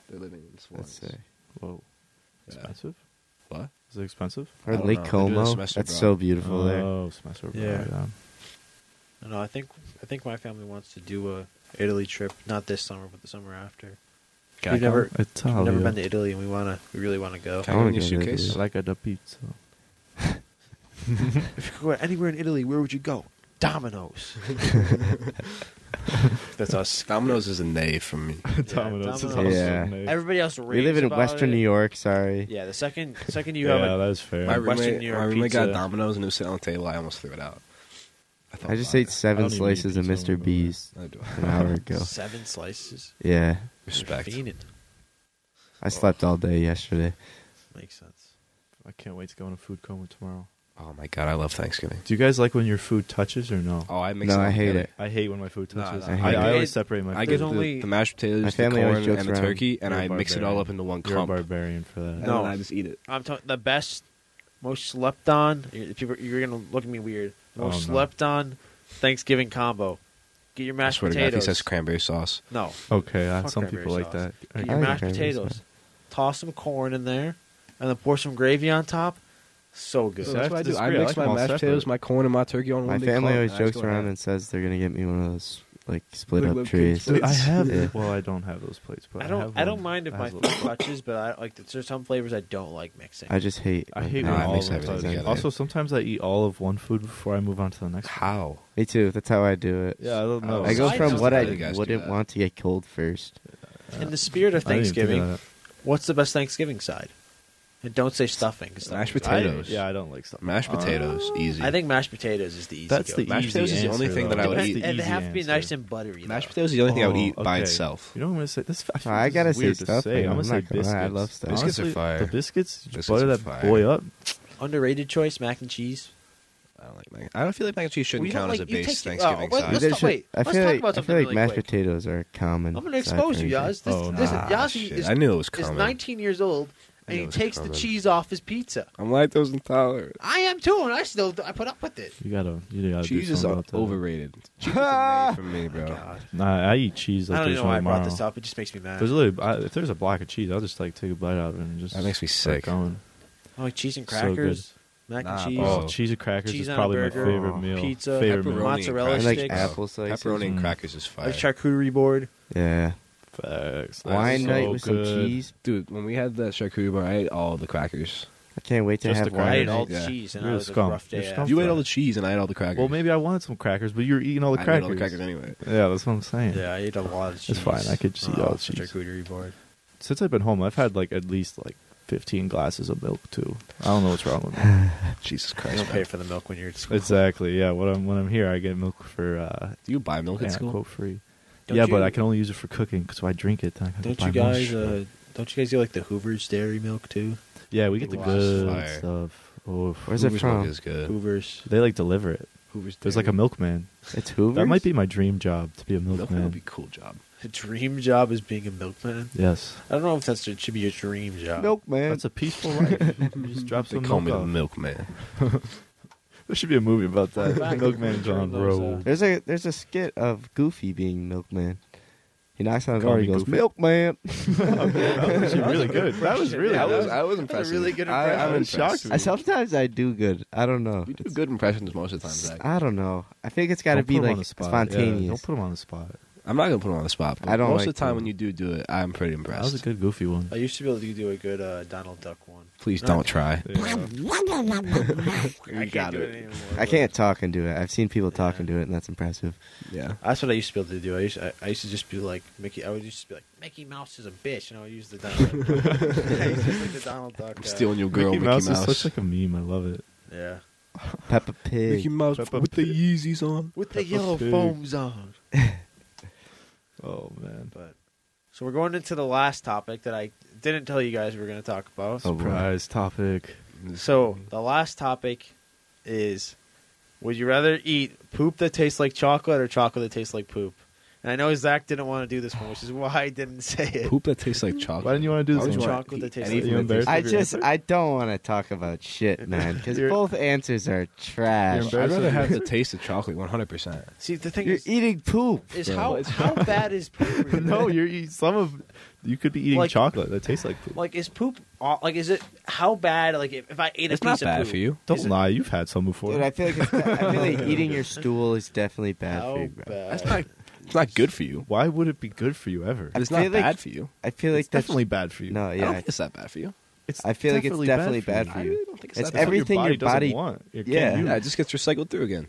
C: They're living in
B: Let's
C: Florence.
B: say.
D: Whoa.
C: Yeah.
D: Expensive?
C: What?
D: Is it expensive?
B: Or
C: I don't
B: Lake
C: know. They do that
B: Como.
C: semester Uh,
B: That's
C: abroad.
B: so beautiful there.
D: oh, semester abroad,
A: Yeah.
D: yeah.
A: No, I think I think my family wants to do a Italy trip, not this summer, but the summer after.
C: Can I
A: we've
C: come?
A: never
D: Italia.
A: we've never been to Italy, and we wanna we really wanna go.
C: Can I go in
B: I wanna go
C: your
B: to
C: suitcase?
B: Italy.
D: like a pizza.
A: if you could go anywhere in Italy, where would you go? Domino's. That's us.
C: Domino's is a nay for me.
D: Domino's is
A: Domino's.
D: also
B: Yeah.
D: nice.
A: Everybody else.
B: We live
A: raves
B: in
A: about
B: Western
A: it.
B: New York. Sorry.
A: Yeah, the second second you
D: yeah,
A: have a,
D: that's fair.
C: My
D: I
A: Western
C: roommate,
A: New
C: my
A: York
C: roommate
A: pizza.
C: got Domino's and it was sitting on the table. I almost threw it out. thought
B: I just
C: about
B: ate
C: it.
D: don't
B: seven
D: even eat
B: slices of
D: pizza
B: Mr.
D: anymore.
B: B's
C: I do.
B: an hour ago.
A: seven slices,
B: Yeah,
C: Respect.
A: You're fiending.
B: I slept all day yesterday.
A: Makes sense.
D: can't wait to go on a food coma tomorrow.
C: Oh my god, I love Thanksgiving.
D: Do you guys like when your food touches or no?
C: Oh, I mix.
B: No,
C: up
B: I hate
C: every-
B: it.
D: I hate when my food
C: Nah,
D: touches.
C: nah,
B: I
D: I,
B: hate
D: I,
B: it.
D: always separate my.
C: I
D: food.
C: get
A: There's
C: the,
A: only-
C: the mashed potatoes,
B: My
C: the
B: family always
C: corn,
B: jokes
C: and the
B: around.
C: turkey, and
D: You're
C: I
D: a
C: mix it all
D: barbarian.
C: up into one
D: You're a
C: clump.
D: barbarian for that.
C: And
A: No.
C: then I just eat it.
A: I'm talking the best, most slept on. you- People, you're gonna look at me weird.
D: Oh,
A: Most
D: no.
A: slept on Thanksgiving combo. Get your
C: I
A: mashed
C: swear to God, if he
A: potatoes.
C: says cranberry sauce.
A: no,
D: Okay, uh,
A: Fuck
D: some
A: cranberry
D: people like
A: sauce.
D: that.
A: get
B: I
A: your
B: like
A: mashed
B: cranberry
A: potatoes.
B: sauce.
A: Toss some corn in there, and then pour some gravy on top. So good.
D: So- that's what I do. I mix my mashed potatoes,
C: my corn, and my turkey on
B: My family always jokes around and says they're gonna get me one of those like split
C: Like
B: up
C: little
B: trees.
C: kids' plates.
D: Dude, I have.
B: Yeah.
D: Well, I don't have those plates, but
A: I
D: I, have
A: don't. I, don't
D: one.
A: mind if
D: I
A: my
D: have
A: food
D: one.
A: touches, but I like there's some flavors I don't like mixing.
B: I just hate.
D: I hate
C: No,
D: when
C: I
D: all
C: mix
D: of them
C: everything
D: touch.
C: together.
D: Also, sometimes I eat all of one food before I move on to the next. one.
C: How?
B: Me too. That's how I do it.
D: Yeah, I don't know.
B: I go
A: I
B: from
A: know
B: what
A: how
B: I
C: you guys do
B: wouldn't
C: that.
B: want to get cold first.
A: In the spirit of
D: I didn't even think of
A: Thanksgiving,
D: that.
A: what's the best Thanksgiving side? And don't say stuffing. 'cause
C: Mashed
A: stuffing's-
D: I-
C: potatoes.
D: yeah, I don't like stuff. Uh,
C: Mashed potatoes, easy.
A: I think mashed potatoes is the easy.
D: That's
A: go.
D: the
C: Mashed
D: easy
C: potatoes is the only
D: answer,
C: thing that
D: though.
C: I would
D: That's
C: eat.
D: the
A: and they
D: easy
A: have to be
D: answer.
A: nice and buttery.
C: mashed
A: though.
C: potatoes is the only thing I would
D: Oh,
C: eat by
D: okay.
C: itself.
D: You know what I'm gonna say? This I, feel
B: I
D: this
B: gotta
D: is
B: say
D: weird to
B: stuff,
D: say.
B: man.
D: I'm gonna
B: I'm
D: say
B: not gonna
D: biscuits.
B: lie, I love stuff.
D: Honestly,
C: Biscuits are fire.
D: The biscuits, you
C: Biscuits
D: butter
C: are
D: that
C: fire.
D: boy up.
A: Underrated choice, mac and cheese.
D: Mm.
C: I don't like mac. I don't feel like mac and cheese shouldn't
A: We don't
C: count as a
A: like- you
C: base
A: take- oh,
C: Thanksgiving
A: what-
C: side.
A: Let's
B: They
A: talk-
B: should-
A: wait,
B: I
A: let's
B: feel
A: talk
B: like,
A: about
B: I
A: something
B: feel like
A: really
B: mashed
A: quick.
B: potatoes are common.
A: I'm going to
B: side
A: expose you,
B: for
A: Yaz. This,
D: Oh,
A: listen,
D: nah,
A: Yaz
C: shit.
A: is,
C: I knew it was
A: is
C: coming.
A: 19 years old,
C: I
A: and
C: knew
A: he
C: it was
A: takes the
C: coming.
A: cheese off his pizza.
C: I'm lactose intolerant.
A: I am too, and I still I put up with it.
D: You gotta, you gotta
C: Cheese
D: do
C: is
D: something about that.
C: overrated. Cheese is a nay for me, bro.
D: Nah, I eat cheese like
A: I don't
D: there's
A: know
D: no
A: why I
D: tomorrow.
A: brought this up. It just makes me mad.
D: There's literally, I, if there's a block of cheese, I'll just like take a bite out of it and just.
C: That makes me
D: start
C: sick.
D: Going.
A: I like Oh, cheese and
D: So
A: crackers, mac
C: Nah,
A: and cheese,
D: Oh,
C: Oh.
D: cheese and crackers
A: Cheese
D: is
A: on a
D: probably my
A: burger,
D: favorite
B: oh,
D: meal.
A: pizza,
D: favorite
C: Pepperoni
D: meal.
C: and
A: mozzarella
B: I
C: crackers.
B: like
A: sticks.
B: apple slices.
C: Pepperoni and
D: Mm.
C: crackers is
A: like
C: fire.
A: charcuterie board.
B: Yeah,
D: Facts. That's
B: wine
D: so
B: night with
D: good.
B: some cheese.
C: Dude, when we had that charcuterie bar, I ate all the crackers.
B: I can't wait to
D: Just
B: have
D: the crackers.
A: I
B: wine.
A: ate
B: night.
A: all the
C: Yeah.
A: cheese, and
D: You're
A: it
D: a
A: was
D: scum.
A: a rough
D: You're
A: day.
D: scum.
A: out.
C: You
D: fire.
C: ate all the cheese and I ate all the crackers.
D: Well, maybe I wanted some crackers, but you're eating all the
C: I ate
D: crackers.
C: all the crackers anyway.
D: Yeah, that's what I'm saying.
A: Yeah, I ate a lot of cheese.
D: fine, I could just eat
A: Oh,
D: all the
A: it's a
D: cheese.
A: Charcuterie board.
D: Since I've been home, I've had like at least like 15 glasses of milk too. I don't know what's wrong with me.
C: Jesus
A: You
C: Christ.
A: don't
C: man.
A: pay for the milk when you're at school.
D: exactly. Yeah. When I'm when I'm here, I get milk for uh,
C: Do you buy milk at
D: yeah,
C: school?
D: quote free.
A: Don't
D: yeah, but
A: you-
D: I can only use it for cooking, so I drink it. Then I have to
A: Don't
D: buy
A: you
D: more
A: guys?
D: shit.
A: Uh, don't you guys get like the Hoover's Dairy Milk too?
D: yeah, we get the
C: Wow.
D: good
C: Fire.
D: stuff. Oof.
B: Where's it
C: Hoover's milk
B: from?
C: is good.
A: Hoover's.
D: They like deliver it.
C: Hoover's
D: There's like a milkman.
B: It's Hoover.
D: That might be my dream job to be a
C: milk.
D: milkman.
C: would be a cool job.
A: The dream job is being a milkman.
D: yes,
A: I don't know if that's it should be your dream job.
B: milk, man.
D: that's a peaceful life. You just drop
C: They
D: some
C: call
D: milk.
C: me the
D: Off.
C: milkman.
D: There should be a movie about that. milkman John
A: Those, uh,
D: Rowe.
B: There's a there's a skit of Goofy being milkman. He knocks on the
D: Call
B: door.
D: me
B: He goes,
D: Goofy.
B: "Milkman."
D: That was really good. That was really.
C: I
D: good.
C: was, I was
A: That's
C: impressed.
A: a really good
C: I,
A: impression.
C: I'm
D: I'm
C: impressed.
D: shocked.
B: I sometimes I do good. I don't know.
C: You do
B: It's-
C: good impressions most of the time, Zach.
B: I don't know. I think it's got to
D: Don't put
B: be
D: him on
B: like
D: the spot. Yeah,
B: spontaneous.
D: don't put him on the spot.
C: I'm not gonna put him on the spot. But
B: I don't
C: Most
B: like
C: of the time,
B: to.
C: when you do do it, I'm pretty
D: That
C: impressed.
D: was a good goofy one.
A: I used to be able to do a good uh, Donald Duck one.
C: Please don't try.
A: I can't
C: got
A: do
C: it.
A: it anymore.
B: I
A: but-
B: can't talk and do it. I've seen people talk
A: Yeah.
B: and do it, and that's impressive.
C: Yeah.
A: That's what I used to be able to do. I used I, I used to just be like Mickey. I would just be like Mickey Mouse is a bitch, and I would use the Donald. Duck. I used to like the Donald Duck.
C: I'm
A: uh,
C: stealing your girl, Mickey,
D: Mouse, is such like a meme. I love it.
A: Yeah.
B: Peppa Pig.
C: Mickey Mouse
D: Peppa
C: with
D: Pig.
C: the Yeezys on.
A: With the
D: Peppa
A: yellow
D: Pig.
A: foams on.
D: Oh man,
A: But so we're going into the last topic that I didn't tell you guys we were going to talk about.
B: Oh, boy.
D: surprise topic.
A: So
C: Mm-hmm.
A: the last topic is: Would you rather eat poop that tastes like chocolate or chocolate that tastes like poop? And I know Zach didn't want to do this one, which is why I didn't say it.
C: poop that tastes like chocolate.
D: Why didn't you want to do
C: Why
D: this
C: would
D: one?
C: you wanna
A: Chocolate that
C: eat
A: tastes
D: like
C: anything
D: chocolate.
C: that tastes
D: Are
B: I
D: you
B: just
D: embarrassed?
B: I don't want to talk about shit, man, because
D: You're-
B: both answers are trash.
D: You're
C: I'd rather
D: Embarrassing.
C: have the taste of chocolate, 100. percent
A: See, the thing
B: You're
A: is,
B: eating poop.
A: is
C: bro.
A: how how bad is poop? really?
D: no, you're eating some of. You could be eating
A: Like-
D: chocolate that tastes like poop.
A: like is poop aw- like is it how bad? Like if, if I ate
C: It's
A: a
C: not
A: piece
C: bad
A: of poop,
C: for you.
D: Don't lie, you've had some before.
B: Dude, I feel like it's, I feel like eating your stool is definitely bad
A: How
B: for you, bro.
A: bad?
C: That's not. It's not good for you.
D: Why would it be good for you ever?
B: I
C: It's
B: feel
C: not
B: like-
C: bad for you.
B: I feel like
D: it's
B: that's
D: definitely bad for you.
B: no,
C: I don't
B: yeah.
C: think it's that bad for you.
D: it's
B: I feel like it's definitely bad
D: you.
B: for
C: I
B: you.
C: really don't think it's,
B: It's
C: that bad.
B: everything
D: Everything
B: your
D: your body,
B: body-
D: doesn't want. It
B: Yeah.
D: can't use.
C: Yeah, it just gets recycled through again.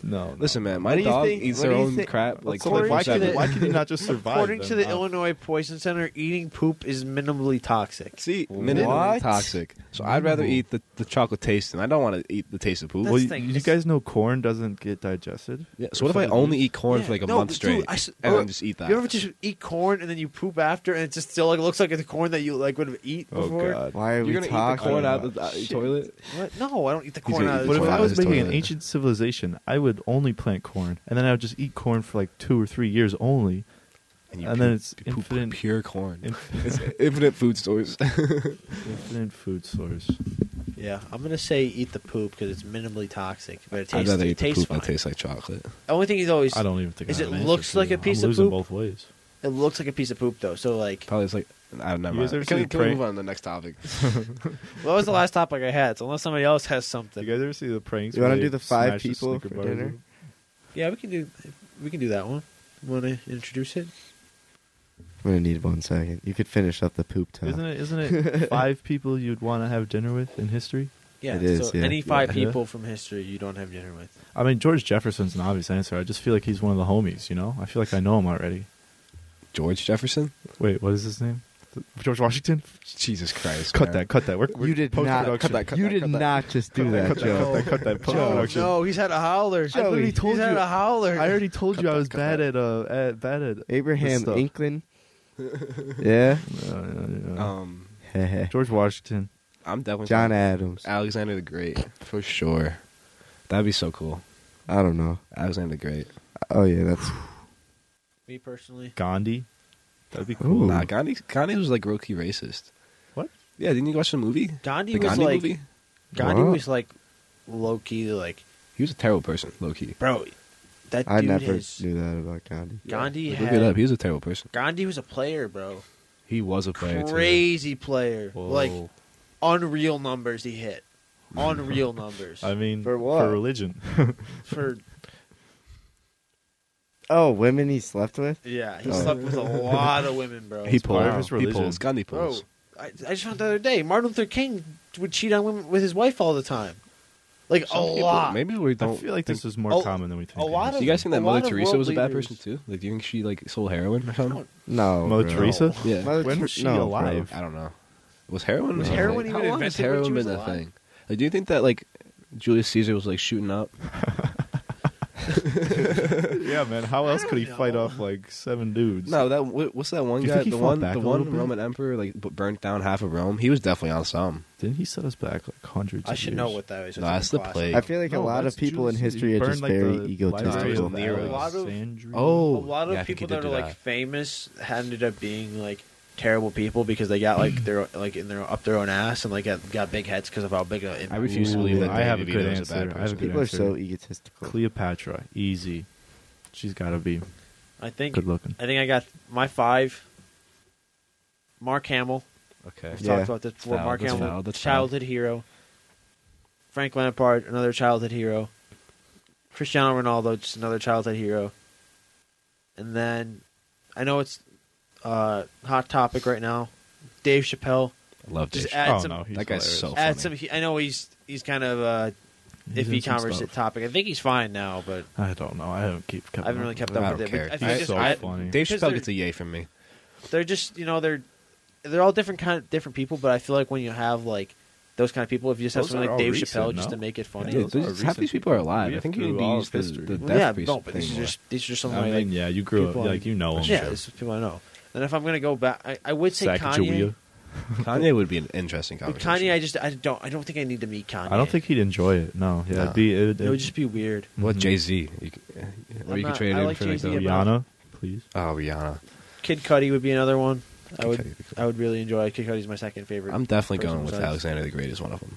D: No, no.
C: Listen, man,
A: What
C: my
A: do you
C: dog
A: think-
C: eats
A: what
C: their
A: do you
C: own
A: think-
C: crap like
D: so like, why can
C: 24/7.
D: it, why can you not just survive?
A: According
D: then?
A: to the
D: Uh,
A: Illinois Poison Center, eating poop is minimally toxic.
C: See, minimally
B: What?
C: toxic. So I'd rather
D: Minimal.
C: eat the, the chocolate taste, and I don't want to eat the taste of poop.
A: That's
D: Well,
A: the
D: you,
A: thing,
D: you
A: it's-
D: guys know corn doesn't get digested.
C: Yeah, so what if I only eat corn
A: Yeah,
C: for like a
A: no,
C: month
A: dude,
C: straight,
A: I s-
C: and
A: oh,
C: then just eat that?
A: You ever just eat corn and then you poop after, and it just still like looks like the corn that you like would have eat
D: Oh
A: before?
D: God!
B: Why are
C: You're
B: we
C: gonna
B: talking
C: eat the corn
B: about?
C: out of the, out the toilet?
A: What? No, I don't eat the corn
C: gonna
A: out of
C: eat
A: the
D: But if
C: corn
D: I
C: out
A: toilet.
D: was
C: his
D: making an
C: toilet.
D: ancient civilization, I would only plant corn, and then I would just eat corn for like two or three years only.
C: you
D: And
C: poop-
D: then it's
C: you poop
D: infinite-
C: pure corn.
D: Inf-
C: it's infinite food stores.
D: Infinite food source.
A: Yeah, I'm gonna say eat the poop because it's minimally toxic, but it
C: I'd
A: tastes,
C: rather
A: it
C: eat the
A: tastes
C: poop
A: fine.
C: that tastes like chocolate.
A: The only thing is always
D: I don't even think.
A: Is
D: I
A: it
D: have an answer
A: looks
D: for
A: like
D: you.
A: a piece
D: I'm
A: of
D: losing
A: poop?
D: both ways.
A: it looks like a piece of poop though. So like,
C: Probably it's like I don't know.
D: You
C: man.
D: guys ever
C: Can, we-
D: seen
C: can we
D: Prey?
C: move on to the next topic?
A: what was the last topic I had? So unless somebody else has
D: You
A: something,
D: guys ever see the pranks?
B: You wanna
D: where they
B: do the five
D: smash the
B: people
D: Snicker
B: for
D: bars
B: dinner?
D: in?
A: yeah, we can do we can do that one. Want to introduce it?
B: I'm gonna need one second. You could finish up the poop time.
D: Isn't it? Isn't it five people you'd want to have dinner with in history?
A: Yeah,
B: It is,
A: so
B: yeah.
A: any five
D: Yeah.
A: people from history you don't have dinner with.
D: I mean, George Jefferson's an obvious answer. I just feel like he's one of the homies. You know, I feel like I know him already.
C: George Jefferson.
D: Wait, what is his name? George Washington?
C: Jesus Christ!
D: Cut
C: man.
D: that! Cut that! We're, we're
B: you did not.
D: post-production.
C: cut that, cut
B: you
C: that,
B: did
C: cut that.
B: not just do that,
D: cut that,
B: Joe.
D: cut that! Cut that! Post-production.
A: Oh, no, he's had a howler.
D: I literally told
A: he's had
D: you-
A: a howler.
D: I already told
C: Cut
D: you I
C: that,
D: was
C: cut
D: bad
C: that.
D: at uh at, bad at.
B: Abraham
D: stuff.
B: Inklin. yeah.
D: Uh, uh, uh,
C: Um,
D: George Washington.
C: I'm definitely
B: John Adams.
C: Alexander the Great for sure. That'd be so cool.
B: I don't know.
C: Alexander the Great.
B: Oh yeah, that's
A: Me personally,
D: Gandhi. That'd be cool.
B: Ooh.
C: Nah, Gandhi. Gandhi was like low key racist.
D: What?
C: Yeah, didn't you watch the movie?
A: Gandhi
C: the
A: was
C: Gandhi
A: like
C: movie.
A: Gandhi
B: What?
A: was like low key like
C: He was a terrible person, low key.
A: bro. That
B: I
A: dude
B: never
A: is
B: knew that about Gandhi.
A: Gandhi
C: Look
A: had
C: it up. He was a terrible person.
A: Gandhi was a player, bro.
C: He was a player. too.
A: Crazy player.
D: Whoa.
A: Like unreal numbers he hit. Unreal numbers.
D: I mean,
B: For what?
D: For religion.
A: for
B: Oh, women he slept with.
A: yeah, he
B: Oh.
A: slept with a lot of women, bro.
C: He
D: part of
C: pulls.
D: his
C: He
D: religion.
C: pulls. Gandhi
A: bro,
C: pulls.
A: I, I just found out the other day Martin Luther King would cheat on women with his wife all the time. Like
C: Some
A: a
C: people-
A: lot.
C: Maybe we
D: I
C: don't.
D: feel like
C: think-
D: this is more
A: Oh,
D: common than we think.
A: a lot
C: Do
A: of-
C: you guys think that
A: a
C: Mother
A: lot of
C: Teresa
A: world
C: was a bad
A: leaders-
C: person too? Like, do you think she like sold heroin or something?
B: No,
D: Mother
B: bro.
D: Teresa.
C: Yeah.
B: Mother
D: When
B: Ter-
D: was she
B: no, bro.
D: alive?
C: I don't know. Was heroin?
B: Was
C: a
A: heroin
C: thing?
A: even
C: How long
A: invented
C: has
A: when
C: heroin
A: she was
C: been a
A: alive?
C: thing? Like, do you think that like Julius Caesar was like shooting up?
D: yeah, man. How else could he fight off like seven dudes?
C: No, that wh- what's that one
D: Do you
C: guy?
D: think he
C: The
D: fought
C: one,
D: back
C: the
D: a little
C: one
D: bit?
C: Roman emperor like b- burnt down half of Rome. He was definitely on some.
D: Didn't he set us back like hundreds?
A: I
D: of
A: should
D: years?
A: know what Oh, that is.
C: No, that's the
A: classic.
C: plague.
B: I feel like
D: No,
B: a lot
D: that's
B: of people in
D: Jews.
B: history
D: You
B: are just
D: burial
B: very
C: library
B: egotistical.
C: of Nero.
A: A lot of-
D: Alexandria.
C: Oh.
A: A lot of
C: Yeah, I think he
A: people
C: did
A: that are
C: do
A: like
C: that.
A: famous ended up being like terrible people because they got like their like in their up their own ass and like got, got big heads because of how big a
C: I refuse to
D: Ooh,
C: believe that.
D: I have a
C: Danny
D: good
C: DeVito's a bad
D: answer. I have a
C: person.
D: good
B: People are
D: answer.
B: so egotistical.
D: Cleopatra, easy. She's got to be
A: I think
D: good looking.
A: I think I got my five. Mark Hamill.
C: Okay.
A: We've
B: Yeah.
A: talked about this before.
C: Valid,
A: Mark
C: that's
A: Hamill,
C: valid, that's
A: childhood hero. Frank Lampard, another childhood hero. Cristiano Ronaldo, just another childhood hero. And then, I know it's uh, hot topic right now. Dave Chappelle.
C: I love
A: Just
C: Dave.
A: add
D: oh
A: some.
D: no, he's
C: That guy's
D: hilarious.
C: so funny.
A: add some. he- I know he's he's kind of uh,
D: He's in
A: iffy
D: some
A: conversa-
D: stuff.
A: topic. I think he's fine now, but
D: I don't know. I haven't keep kept.
A: I haven't
D: up
A: really
D: with
A: kept
D: that.
A: up
C: I
A: with
C: don't
A: it. but
C: care.
A: I think
D: He's
A: just,
D: so
A: I-
D: funny.
C: Dave
A: because
C: Chappelle
A: they're-
C: gets a yay from me.
A: they're just you know they're they're all different kind of different people but i feel like when you have like those kind of people if you just have
D: Those
A: someone
D: are
A: like
D: all
A: dave
D: recent,
A: chappelle just
D: no?
A: to make it funny
D: Yeah,
C: Dude,
D: those are
C: just half
D: recent
C: these people are
D: people.
C: alive.
D: We
C: I
D: have
C: think
D: to
C: you
D: do all
C: need
D: of
C: to use the,
D: history.
C: the
D: Well,
C: death
A: yeah
C: priest
A: no but
C: thing
A: these are
C: more.
A: just these are some
D: I
A: like,
D: mean, yeah, you grew up.
A: people I-
D: Like you know him.
A: yeah these are people i know and if i'm gonna go back i, I would say
D: Sacagawea.
A: kanye
C: Kanye would be an interesting
A: but
C: conversation.
A: kanye i just i don't i don't think i need to meet kanye
D: I don't think he'd enjoy it. No, yeah,
A: No.
D: it'd be uh, it,
A: it would just be weird
C: What
D: Mhm.
C: Jay Z? You could, yeah, or
A: I'm
C: you could
A: not-
C: trade
A: I
C: it in
A: like
C: for like
A: Jay-Z
C: the,
A: about-
D: uh, Rihanna, please.
C: oh Rihanna.
A: kid cuddy would be another one i
C: Kid
A: would
C: Cudi would be cool.
A: i would really enjoy kid cuddy's my second favorite
C: I'm definitely
A: person
C: going with
A: besides-
C: Alexander the Great as one of them.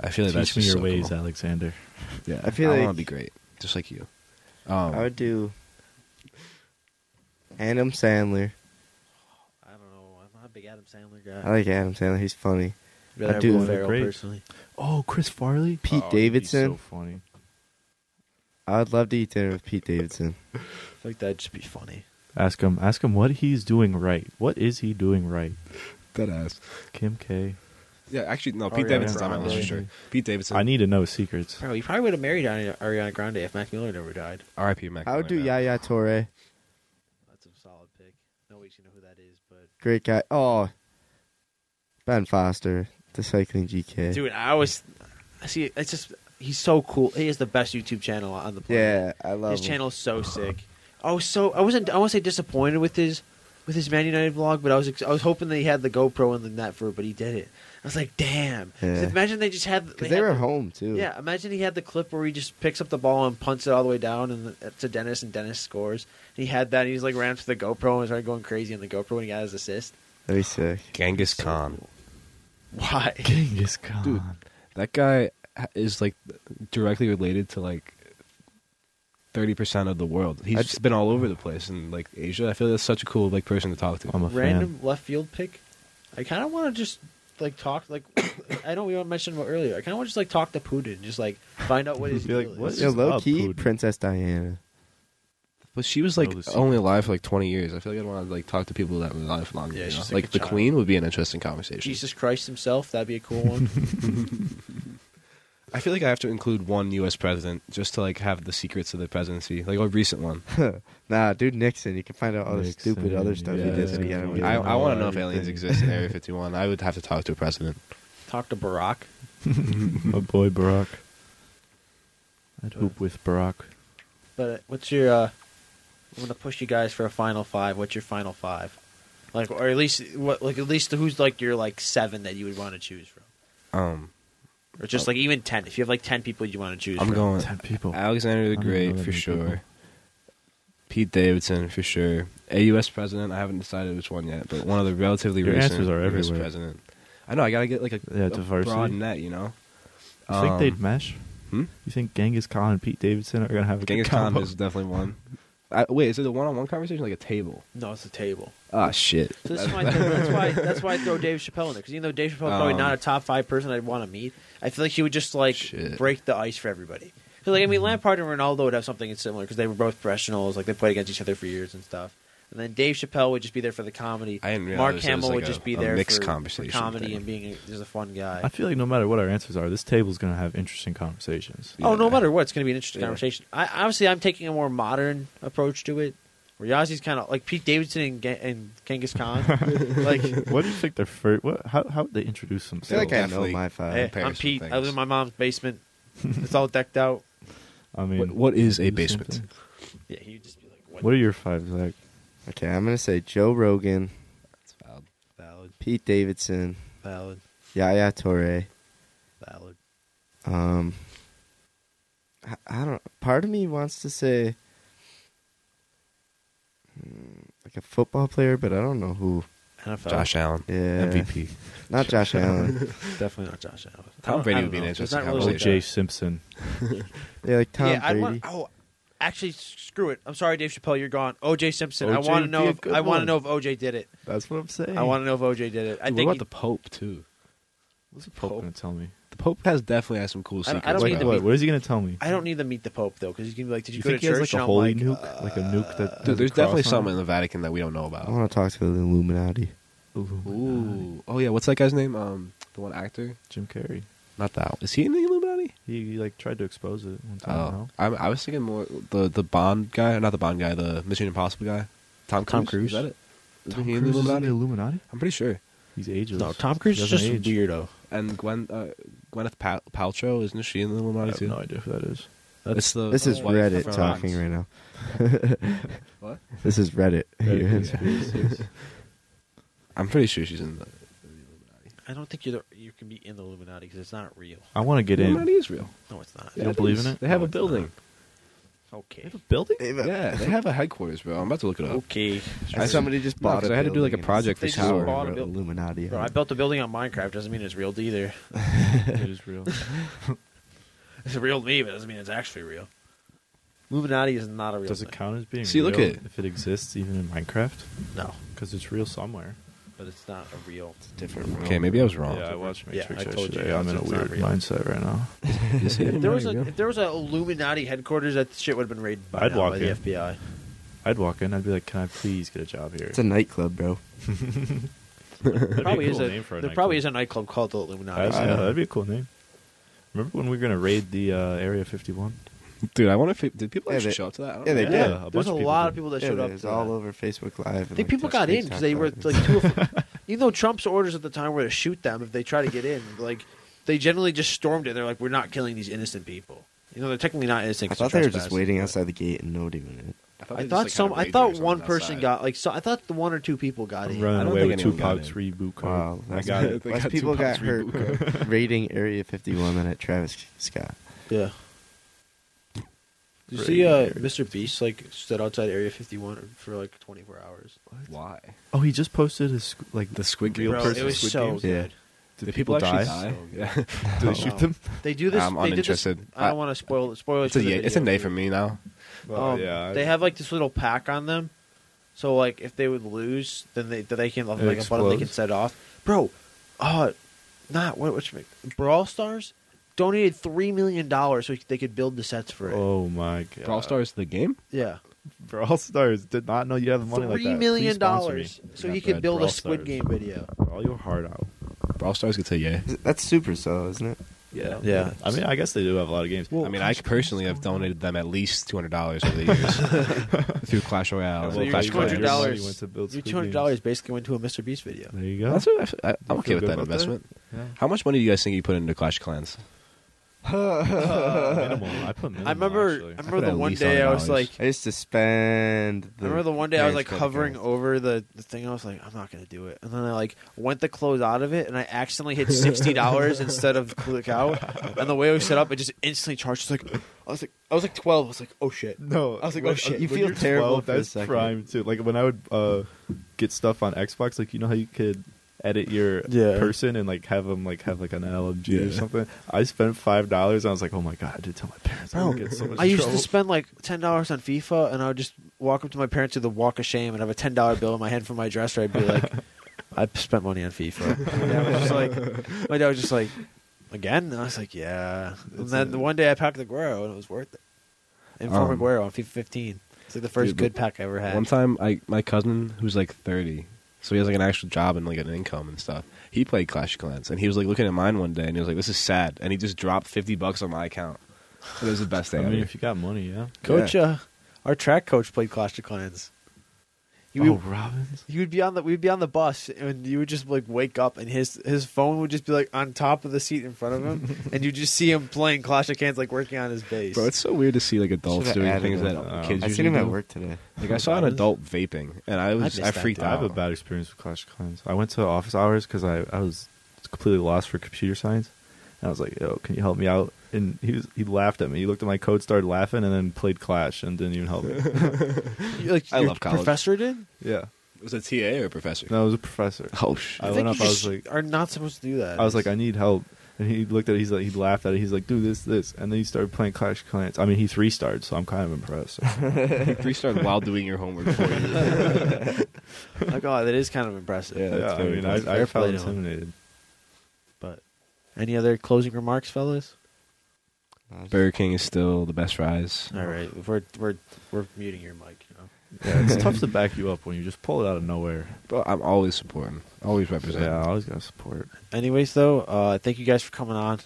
C: I feel like that's
D: Teach me
C: just
D: your
C: so
D: ways,
C: cool.
D: Alexander.
C: Yeah,
B: I feel
C: I
B: like-
C: want to be great, just like you. Um,
B: I would do Adam Sandler.
A: i don't know i'm not a big adam sandler
B: I
A: guy
B: like Adam Sandler. He's funny.
A: But
B: I do.
A: Will Ferrell
D: Great.
A: personally
D: Oh, Chris Farley,
B: Pete
D: Oh, he'd be
B: Davidson.
D: so funny.
B: I'd love to eat dinner with Pete Davidson.
A: i feel like that'd just be funny
D: Ask him. Ask him what he's doing right. What is he doing right?
C: That ass.
D: Kim K.
C: Yeah, actually, no.
B: Oh,
A: Ariana
C: Pete Davidson's on my
A: Grande.
C: list for sure. Pete Davidson.
D: I need to know secrets.
A: Bro, you probably would have married Ari- Ariana Grande if Mac Miller never died.
C: R.I.P. Mac.
D: Oh
B: I would do
C: Miller now.
B: Yaya Torre.
A: That's a solid pick. Nobody's gonna know who that is, but
B: Great guy. Oh, Ben Foster, the cycling GK.
A: dude, I always I see. It's just he's so cool. He is the best YouTube channel on the planet.
B: yeah, I love
A: his
B: him.
A: channel is so sick. I was so I wasn't I want to say disappointed with his with his Man United vlog, but I was ex- I was hoping that he had the GoPro and the net for it, but he did it. I was like, damn. 'Cause
B: Yeah.
A: Imagine they just had
B: because
A: had
B: they
A: the-
B: were home too.
A: Yeah, imagine he had the clip where he just picks up the ball and punts it all the way down and the, to Dennis, and Dennis scores. He had that. And he's like ran up to the GoPro and started going crazy on the GoPro when he got his assist.
B: that'd be sick.
C: Genghis Khan.
A: Why?
D: Genghis Khan.
C: Dude. That guy ha- is like directly related to like thirty percent of the world. He's
B: I
C: just been all over the place in like Asia. I feel that's such a cool like person to talk to.
D: I'm a
A: Random left field pick. I kind of want to just like talk like I know we mentioned it earlier. I kind of want to just like talk to Putin and just like find out what his
D: Be like,
A: deal
D: what
A: is.
D: is-
B: Yo, low
D: up,
B: key,
D: Putin.
B: Princess Diana.
C: But she was like
D: Know the secret.
C: only alive for like twenty years. I feel like I'd want to like talk to people that were alive longer.
A: Yeah,
C: you know?
A: she's like
C: like,
A: a
C: the
A: child.
C: Queen would be an interesting conversation.
A: Jesus Christ himself. That'd be a cool one.
C: I feel like I have to include one U.S. president just to like have the secrets of the presidency, like a recent one.
B: Nah, dude, Nixon. You can find out all the
D: Nixon,
B: stupid other stuff he
D: yeah.
B: did to get away.
C: I, I want to know if
D: Everything.
C: aliens exist in Area 51. I would have to talk to a president.
A: talk to Barack.
D: fan. My boy Barack. I'd hoop with Barack.
A: But uh, what's your? uh I'm gonna push you guys for a final five. What's your final five? Like, or at least what? Like, at least who's like your like seven that you would want to choose from,
C: Um,
A: or just
D: Uh,
A: like even ten. If you have like ten people you want to choose,
C: I'm
A: from.
C: going
D: Ten people.
C: Alexander the
D: I don't know
C: Great
D: that
C: for
D: many
C: sure.
D: people.
C: Pete Davidson for sure. A U.S. president. I haven't decided which one yet, but one of the relatively
D: Your
C: recent
D: answers are
C: US
D: everywhere.
C: president. I know. I gotta get like a,
D: Yeah,
C: a
D: diversity.
C: broad net. You know.
D: You think they'd mesh?
C: Hmm?
D: You think Genghis Khan and Pete Davidson are gonna have a
C: Genghis
D: good
C: Khan
D: combo?
C: is definitely one. I, wait, is it a one-on-one conversation, or like a table?
A: No, it's the table.
C: Ah, shit.
A: So this is why I throw, that's why that's why I throw Dave Chappelle in there because even though Dave Chappelle's probably
C: Um,
A: not a top five person I'd want to meet, I feel like he would just like
C: Shit. Mm-hmm.
A: break the ice for everybody. 'Cause, like I mean, Lampard and Ronaldo would have something similar because they were both professionals, like they played against each other for years and stuff. And then Dave Chappelle would just be there for the comedy.
C: I didn't realize
A: Mark
C: it was
A: Hamill
C: like
A: would
C: a-
A: just be
C: a
A: there
C: mixed
A: for, for
C: conversation
A: comedy
C: thing.
A: and being a, just a fun guy.
D: I feel like no matter what our answers are, this table's gonna have interesting conversations.
A: Oh,
C: Yeah.
A: no matter what, it's going to be an interesting
C: Yeah.
A: conversation. I obviously I'm taking a more modern approach to it. Where Yazzie's kind of like Pete Davidson and, Gen- and Genghis Khan. like,
D: what do you think their first? What? How? How would they introduce
B: I feel
D: themselves?
B: like I know
C: Definitely.
B: my five.
A: hey, I'm
C: comparison
A: Pete. I
C: things.
A: live in my mom's basement. It's all decked out.
D: I mean,
C: What, what is a
D: do the same
C: basement?
D: thing.
A: Yeah, he would just be like, "What,
D: What are your five, Zach?
B: Okay, I'm gonna say Joe Rogan,
A: valid,
B: Pete Davidson,
A: valid,
B: Yaya Torre.
A: valid."
B: Um, I, I don't. Part of me wants to say mm, like a football player, but I don't know who.
A: NFL,
C: Josh Allen,
B: Yeah,
C: MVP.
B: Not Josh Allen.
A: definitely not Josh Allen. I
C: Tom
A: don't-
C: Brady
A: I don't
C: would be an
A: know.
C: interesting
A: There's not really
D: Oh,
C: conversation.
A: like
D: Jay
A: a-
D: Simpson.
B: Yeah, like Tom
A: yeah, I
B: Brady.
A: want. Oh, actually, screw it. I'm sorry, Dave Chappelle. You're gone. OJ Simpson. I want
D: OJ
A: to
D: would
A: know.
D: be a
A: If,
D: good
A: I want to
D: one.
A: know if OJ did it.
D: That's what I'm saying.
A: I want to know if OJ did it. I
C: Dude,
A: think
C: what
A: he-
C: about the Pope too?
D: What's the Pope
C: Pope?
D: gonna tell me?
C: The Pope has definitely had some
A: I
C: cool
A: don't-
C: secrets.
A: I don't
D: Like
A: need to
D: what?
A: be-
D: What is he gonna tell me?
A: I don't need to meet the Pope though, because he's gonna be like, "Did you,
D: you
A: go to
D: think he has
A: church?"
D: like
A: and
D: a
A: I'm
D: holy
A: like, uh,
D: nuke, like a nuke that? has
C: Dude,
D: a
C: there's
D: cross
C: definitely
D: on it?
C: something in the Vatican that we don't know
B: I
C: about.
B: want to talk to the Illuminati.
D: Ooh,
C: Ooh. Oh yeah, what's that guy's name? Um, the one actor?
D: Jim Carrey.
C: Not that. One. Is he in the Illuminati?
D: He like tried to expose it one time.
C: Oh,
D: no?
C: I, I was thinking more the the Bond guy, not the Bond guy, the Mission Impossible guy. Tom Cruise.
A: Tom Cruise.
C: Is that it? Isn't
D: Tom
C: he in
D: Cruise
C: the
D: is in
C: Illuminati?
D: the Illuminati?
C: I'm pretty sure.
D: He's ageless.
A: No, Tom Cruise
D: He
A: is just
D: doesn't
A: a
D: age.
A: weirdo.
C: And Gwen uh, Gwyneth Pal- Paltrow isn't she in the
D: I
C: Illuminati
D: have
C: too?
D: no idea who that is.
C: It's the
B: This is
C: wife
B: Reddit
C: from-
B: talking right now.
C: What?
B: This is Reddit.
D: Reddit
B: here.
D: conspiracies.
C: I'm pretty sure she's in the.
A: I don't think you're the, you can be in the Illuminati because it's not real.
D: I want to get in.
C: Illuminati is real.
A: No, it's not.
D: You
C: Yeah,
D: don't believe
C: is.
D: in it?
C: They have
A: No,
C: a
A: it's
C: building.
A: Okay.
D: Building?
C: Yeah, they have a headquarters, bro. I'm about to look it up.
A: Okay.
C: I said-
B: somebody just
C: No,
B: bought
C: 'cause
B: a
C: I had to do, like, a
B: building and
C: project
B: just
A: for They just
B: tower
A: bought a
B: wrote
A: buil-
B: Illuminati.
A: Bro,
B: on
A: I
B: it.
A: built a building on Minecraft. Doesn't mean it's real either.
D: it is real.
A: It's real to me, but it doesn't mean it's actually real. Illuminati is not a real.
D: Does it
A: thing.
D: count as being
C: See,
D: real
C: look at-
D: if it exists even in Minecraft?
A: No,
D: Because it's real somewhere.
A: but it's not a real.
B: different.
C: Okay, maybe I was wrong.
D: yeah, I watched
A: Oh, Yeah,
D: Matrix
A: I told you,
D: yesterday.
A: that's
D: I'm in a
A: what's not
D: weird
A: real.
D: mindset right now.
A: If there was a if there was a Illuminati headquarters, that shit would have been raided by,
D: I'd
A: now
D: walk
A: by
D: in.
A: the FBI.
D: I'd walk in. I'd be like, "Can I please get a job here?"
B: It's a nightclub, bro.
A: There probably
D: cool
A: is a,
D: name for a
A: there
D: nightclub.
A: probably is a nightclub called the Illuminati.
D: That's- yeah, that'd be a cool name. Remember when we were gonna raid the uh, Area 51?
C: Dude, I wonder if it- did people
B: Yeah,
C: actually
B: they-
C: show up to that? I don't
B: yeah, they
C: know.
B: did.
D: a bunch
A: There's a
D: of people
A: lot of
D: did.
A: people that
B: Yeah,
A: showed up.
B: it was
A: to
B: all
A: that.
B: over Facebook Live.
A: I think people got in because they were like two of You know, Trump's orders at the time were to shoot them if they try to get in. Like, they generally just stormed it. They're like, we're not killing these innocent people. You know, they're technically not innocent.
B: I
A: 'cause
B: thought they were just
A: trespassing,
B: waiting
A: but-
B: outside the gate and no doing it.
C: thought they
A: I
C: just,
A: thought
C: like,
A: some.
C: had a
A: I
C: raid
A: thought
C: thing or
A: one
C: something
A: person
C: outside.
A: got like. So I thought the one or two people got in. I
D: Running
A: don't
D: away
C: think
D: with
C: anyone got
D: Tupac's
C: in.
D: reboot code.
B: Wow,
C: I
B: that's
C: got
B: good.
C: it. They
B: Less
C: got
B: people
C: Tupac's
B: got hurt raiding Area 51 than at Travis Scott.
A: Yeah. Did you
D: Right.
A: see uh, Mr. Beast like stood outside Area 51 for like 24 hours?
C: Why?
D: Oh, he just posted his squ- like
C: The Squid
D: real
C: Game.
A: Bro,
D: person
A: it was
D: Squid
A: so
D: Games?
A: good.
C: Did,
D: Did
C: people,
D: people
C: actually
D: die?
C: die? Yeah.
D: Did they shoot them?
A: They do this.
C: I'm
A: they did this-
C: uninterested.
A: I don't want to spoil spoil it.
C: It's a
A: for the
C: yay- it's a
A: video,
C: nay
A: dude.
C: for me now.
D: oh,
A: Um, they have like this little pack on them, so like if they would lose, then they then they can like
D: It
A: a button they can
D: explodes.
A: set off. Bro, uh, not what which Brawl Stars donated three million dollars so they could build the sets for it.
D: Oh my god!
C: Brawl Stars, the game.
A: Yeah,
D: Brawl Stars did not know you have money like that.
A: three
D: Please
A: million
D: sponsor me.
A: dollars so
D: Yeah,
A: he could
D: Brad,
A: build
D: Brawl
A: a Squid
D: Stars.
A: Game video.
D: All your heart out.
C: Brawl Stars gets a yay.
B: That's super so, isn't it?
D: Yeah.
A: Yeah.
D: I mean, I guess they do have a lot of games.
C: I mean, I personally have donated them at least two hundred dollars over the years through Clash Royale.
A: So
C: and
A: your
C: Clash Royale.
A: $200
D: Your money went to build
A: Your
D: Squid
A: two hundred
D: Games.
A: dollars basically went to a Mr. Beast video.
D: There you go.
C: That's what I, I, I'm
D: You
C: okay
D: feel
C: with
D: good
C: that
D: about that?
C: investment.
D: Yeah.
C: How much money do you guys think you put into Clash Clans?
D: minimal. I put minimal.
A: I remember.
D: actually.
A: I remember
C: put
A: the
C: at
A: one
C: least
A: day I was
C: $100.
A: like.
B: I used to spend.
A: I remember the one day I was like hovering over the, the thing. I was like, I'm not gonna do it. And then I like went to close out of it, and I accidentally hit sixty dollars instead of click out. And the way it was set up, it just instantly charged. It's like I was like I was like twelve. I was like, oh shit.
D: No,
A: I was like, oh,
D: when-
A: shit.
D: when
B: You feel
D: you're
B: terrible
D: 12,
B: for a
D: That's
B: second.
D: prime too. Like when I would uh, get stuff on Xbox, like you know how you could edit your
A: Yeah.
D: person and like have them like have like an LMG or
C: Yeah.
D: something. I spent five dollars. I was like, oh my god, I did tell my parents. I
A: Bro,
D: would get so much
A: I used
D: trouble.
A: to spend like ten dollars on FIFA, and I would just walk up to my parents through the walk of shame and have a ten dollar bill in my hand for my dresser. I'd be like, I spent money on FIFA. My dad was just like, my dad was just like, again. And I was like, yeah. And
D: That's
A: then
D: it.
A: the one day I packed the Guerrero, and it was worth it. Informer
C: Um,
A: Guerrero on FIFA 15. It's like the first
C: dude,
A: good pack I ever had.
C: One time, I my cousin who's like thirty, so he has like an actual job and like an income and stuff. He played Clash Clans, and he was like looking at mine one day, and he was like, "This is sad," and he just dropped fifty bucks on my account. It was the best
D: I
C: thing.
D: mean,
C: ever.
D: if you got money, yeah.
A: coach, uh, our track coach played Clash of Clans. He
D: oh,
A: would,
D: Robbins.
A: he would be on the we'd be on the bus, and you would just like wake up, and his his phone would just be like on top of the seat in front of him, and you just see him playing Clash of Clans, like working on his bass.
C: Bro, it's so weird to see like adults
B: Should've
C: doing
B: added
C: things
B: it.
C: that
D: Uh,
C: kids
B: I
C: usually
B: seen him
C: do.
B: at work today.
C: Like I saw an adult vaping, and I
A: I
C: was I,
A: missed that,
C: freaked
A: dude.
D: I
C: out.
D: have a bad experience with Clash of Clans. I went to office hours because I, I was completely lost for computer science. And I was like, yo, can you help me out? And he was, he laughed at me. He looked at my code, started laughing, and then played Clash and didn't even help me.
A: You, like,
C: I
A: your
C: love college.
A: Professor did.
D: yeah.
C: was it TA or professor?
D: No, I was a professor.
C: Oh shit!
D: I
A: think
D: went up,
A: you
D: I was
A: just
D: like-
A: are not supposed to do that.
D: I was like, I need help. And he looked at it. He's like, he laughed at it. He's like, do this, this. And then he started playing Clash of Clans. I mean, he three starred, so I'm kind of impressed.
C: You three starred while doing your homework for you.
A: like, oh, that is kind of impressive.
C: Yeah.
D: yeah,
C: that's
D: I
C: very
D: mean,
C: impressive.
D: I, I
A: Fair
D: felt
A: play to him.
D: intimidated.
A: But any other closing remarks, fellas?
C: Burger King is still the best fries.
A: All right, we're we're we're muting your mic. You know?
D: Yeah, it's tough to back you up when you just pull it out of nowhere.
C: But I'm always supporting, always representing.
D: Yeah, I always got to support.
A: Anyways, though, uh, thank you guys for coming on.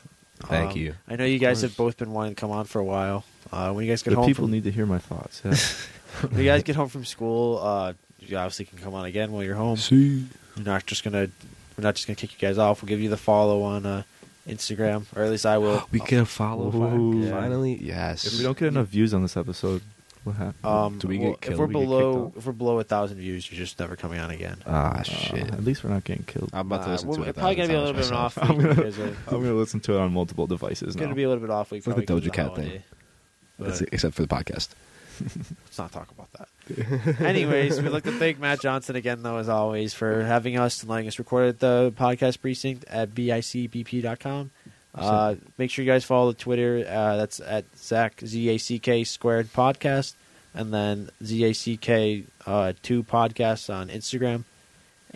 A: Um,
C: Thank you.
A: I know you guys
D: course.
A: have both been wanting to come on for a while. Uh, when you guys get
D: The
A: home,
D: people
A: from,
D: need to hear my thoughts. Yeah.
A: when you guys get home from school, uh, you obviously can come on again while you're home.
C: See,
A: We're not just gonna we're not just gonna kick you guys off. We'll give you the follow on uh, Instagram, or at least I will.
C: we get a follow
D: Ooh.
C: fi- finally. Yes.
D: If we don't get enough views on this episode, what uh, happens?
A: Um,
C: Do we get
A: well, if
C: killed?
A: we're
C: We get kicked
A: below
C: off?
A: if we're below a thousand views, you're just never coming on again.
C: ah
D: Uh,
C: shit.
D: At least we're not getting killed.
C: I'm about to
A: Uh,
C: listen
A: we're
C: to it.
A: probably gonna be
C: thousand
A: a little bit
C: times
A: of an
C: myself.
A: off week. because, uh,
D: I'm going to listen to it on multiple devices
A: It's
D: now.
A: gonna be a little bit off week.
C: It's like the
A: probably 'cause
C: Doja
A: of
C: Cat
A: holiday,
C: thing.
A: but
C: That's it, Except for the podcast.
A: Let's not talk about that. Anyways, we'd like to thank Matt Johnson again, though, as always, for having us and letting us record at the podcast precinct at bicbp.com. Uh, make sure you guys follow the Twitter. Uh, that's at Zach, Z A C K squared podcast, and then Z A C K uh, two podcasts on Instagram.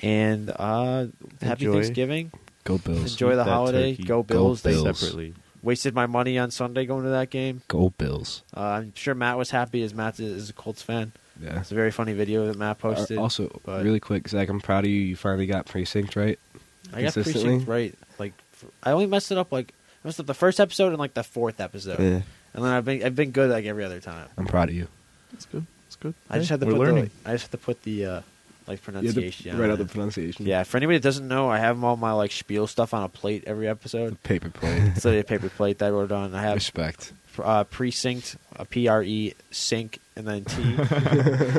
A: And uh, happy
B: Enjoy.
A: Thanksgiving.
C: Go Bills.
A: Enjoy the
D: that
A: holiday.
D: turkey.
A: Go
D: Go
A: Bills. They
C: Bills.
D: separately.
A: wasted my money on Sunday going to that game.
C: Go Bills.
A: Uh, I'm sure Matt was happy as Matt is a Colts fan.
C: Yeah. Uh,
A: It's a very funny video that Matt posted.
C: also,
A: but-
C: really quick, Zach, I'm proud of you. You finally got precinct right.
A: I got
C: consistently.
A: precinct right. Like f- I only messed it up like I messed up the first episode and like the fourth episode,
B: Yeah.
A: and then I've been I've been good like every other time.
C: I'm proud of you.
D: That's good. That's good.
A: I just
D: Hey,
A: had to
D: we're
A: put
D: learning.
A: the I just had to put the uh, like pronunciation down
C: right out the
A: there.
C: pronunciation.
A: Yeah, for anybody that doesn't know, I have all my like spiel stuff on a plate every
C: The
A: episode.
C: paper plane.
A: It's literally a paper plate that I wrote on. I have
C: Respect.
A: uh, precinct, a P R E sync, and then T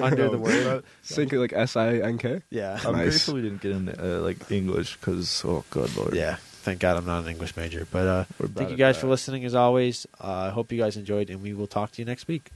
A: under the word.
C: Think like S I N K.
A: Yeah,
D: I'm
C: Nice.
D: grateful we didn't get into uh, like English because oh god lord.
A: yeah. Thank God I'm not an English major. But uh,
D: We're bad
A: thank you
D: at
A: guys
D: that.
A: for listening as always. Uh, I hope you guys enjoyed, and we will talk to you next week.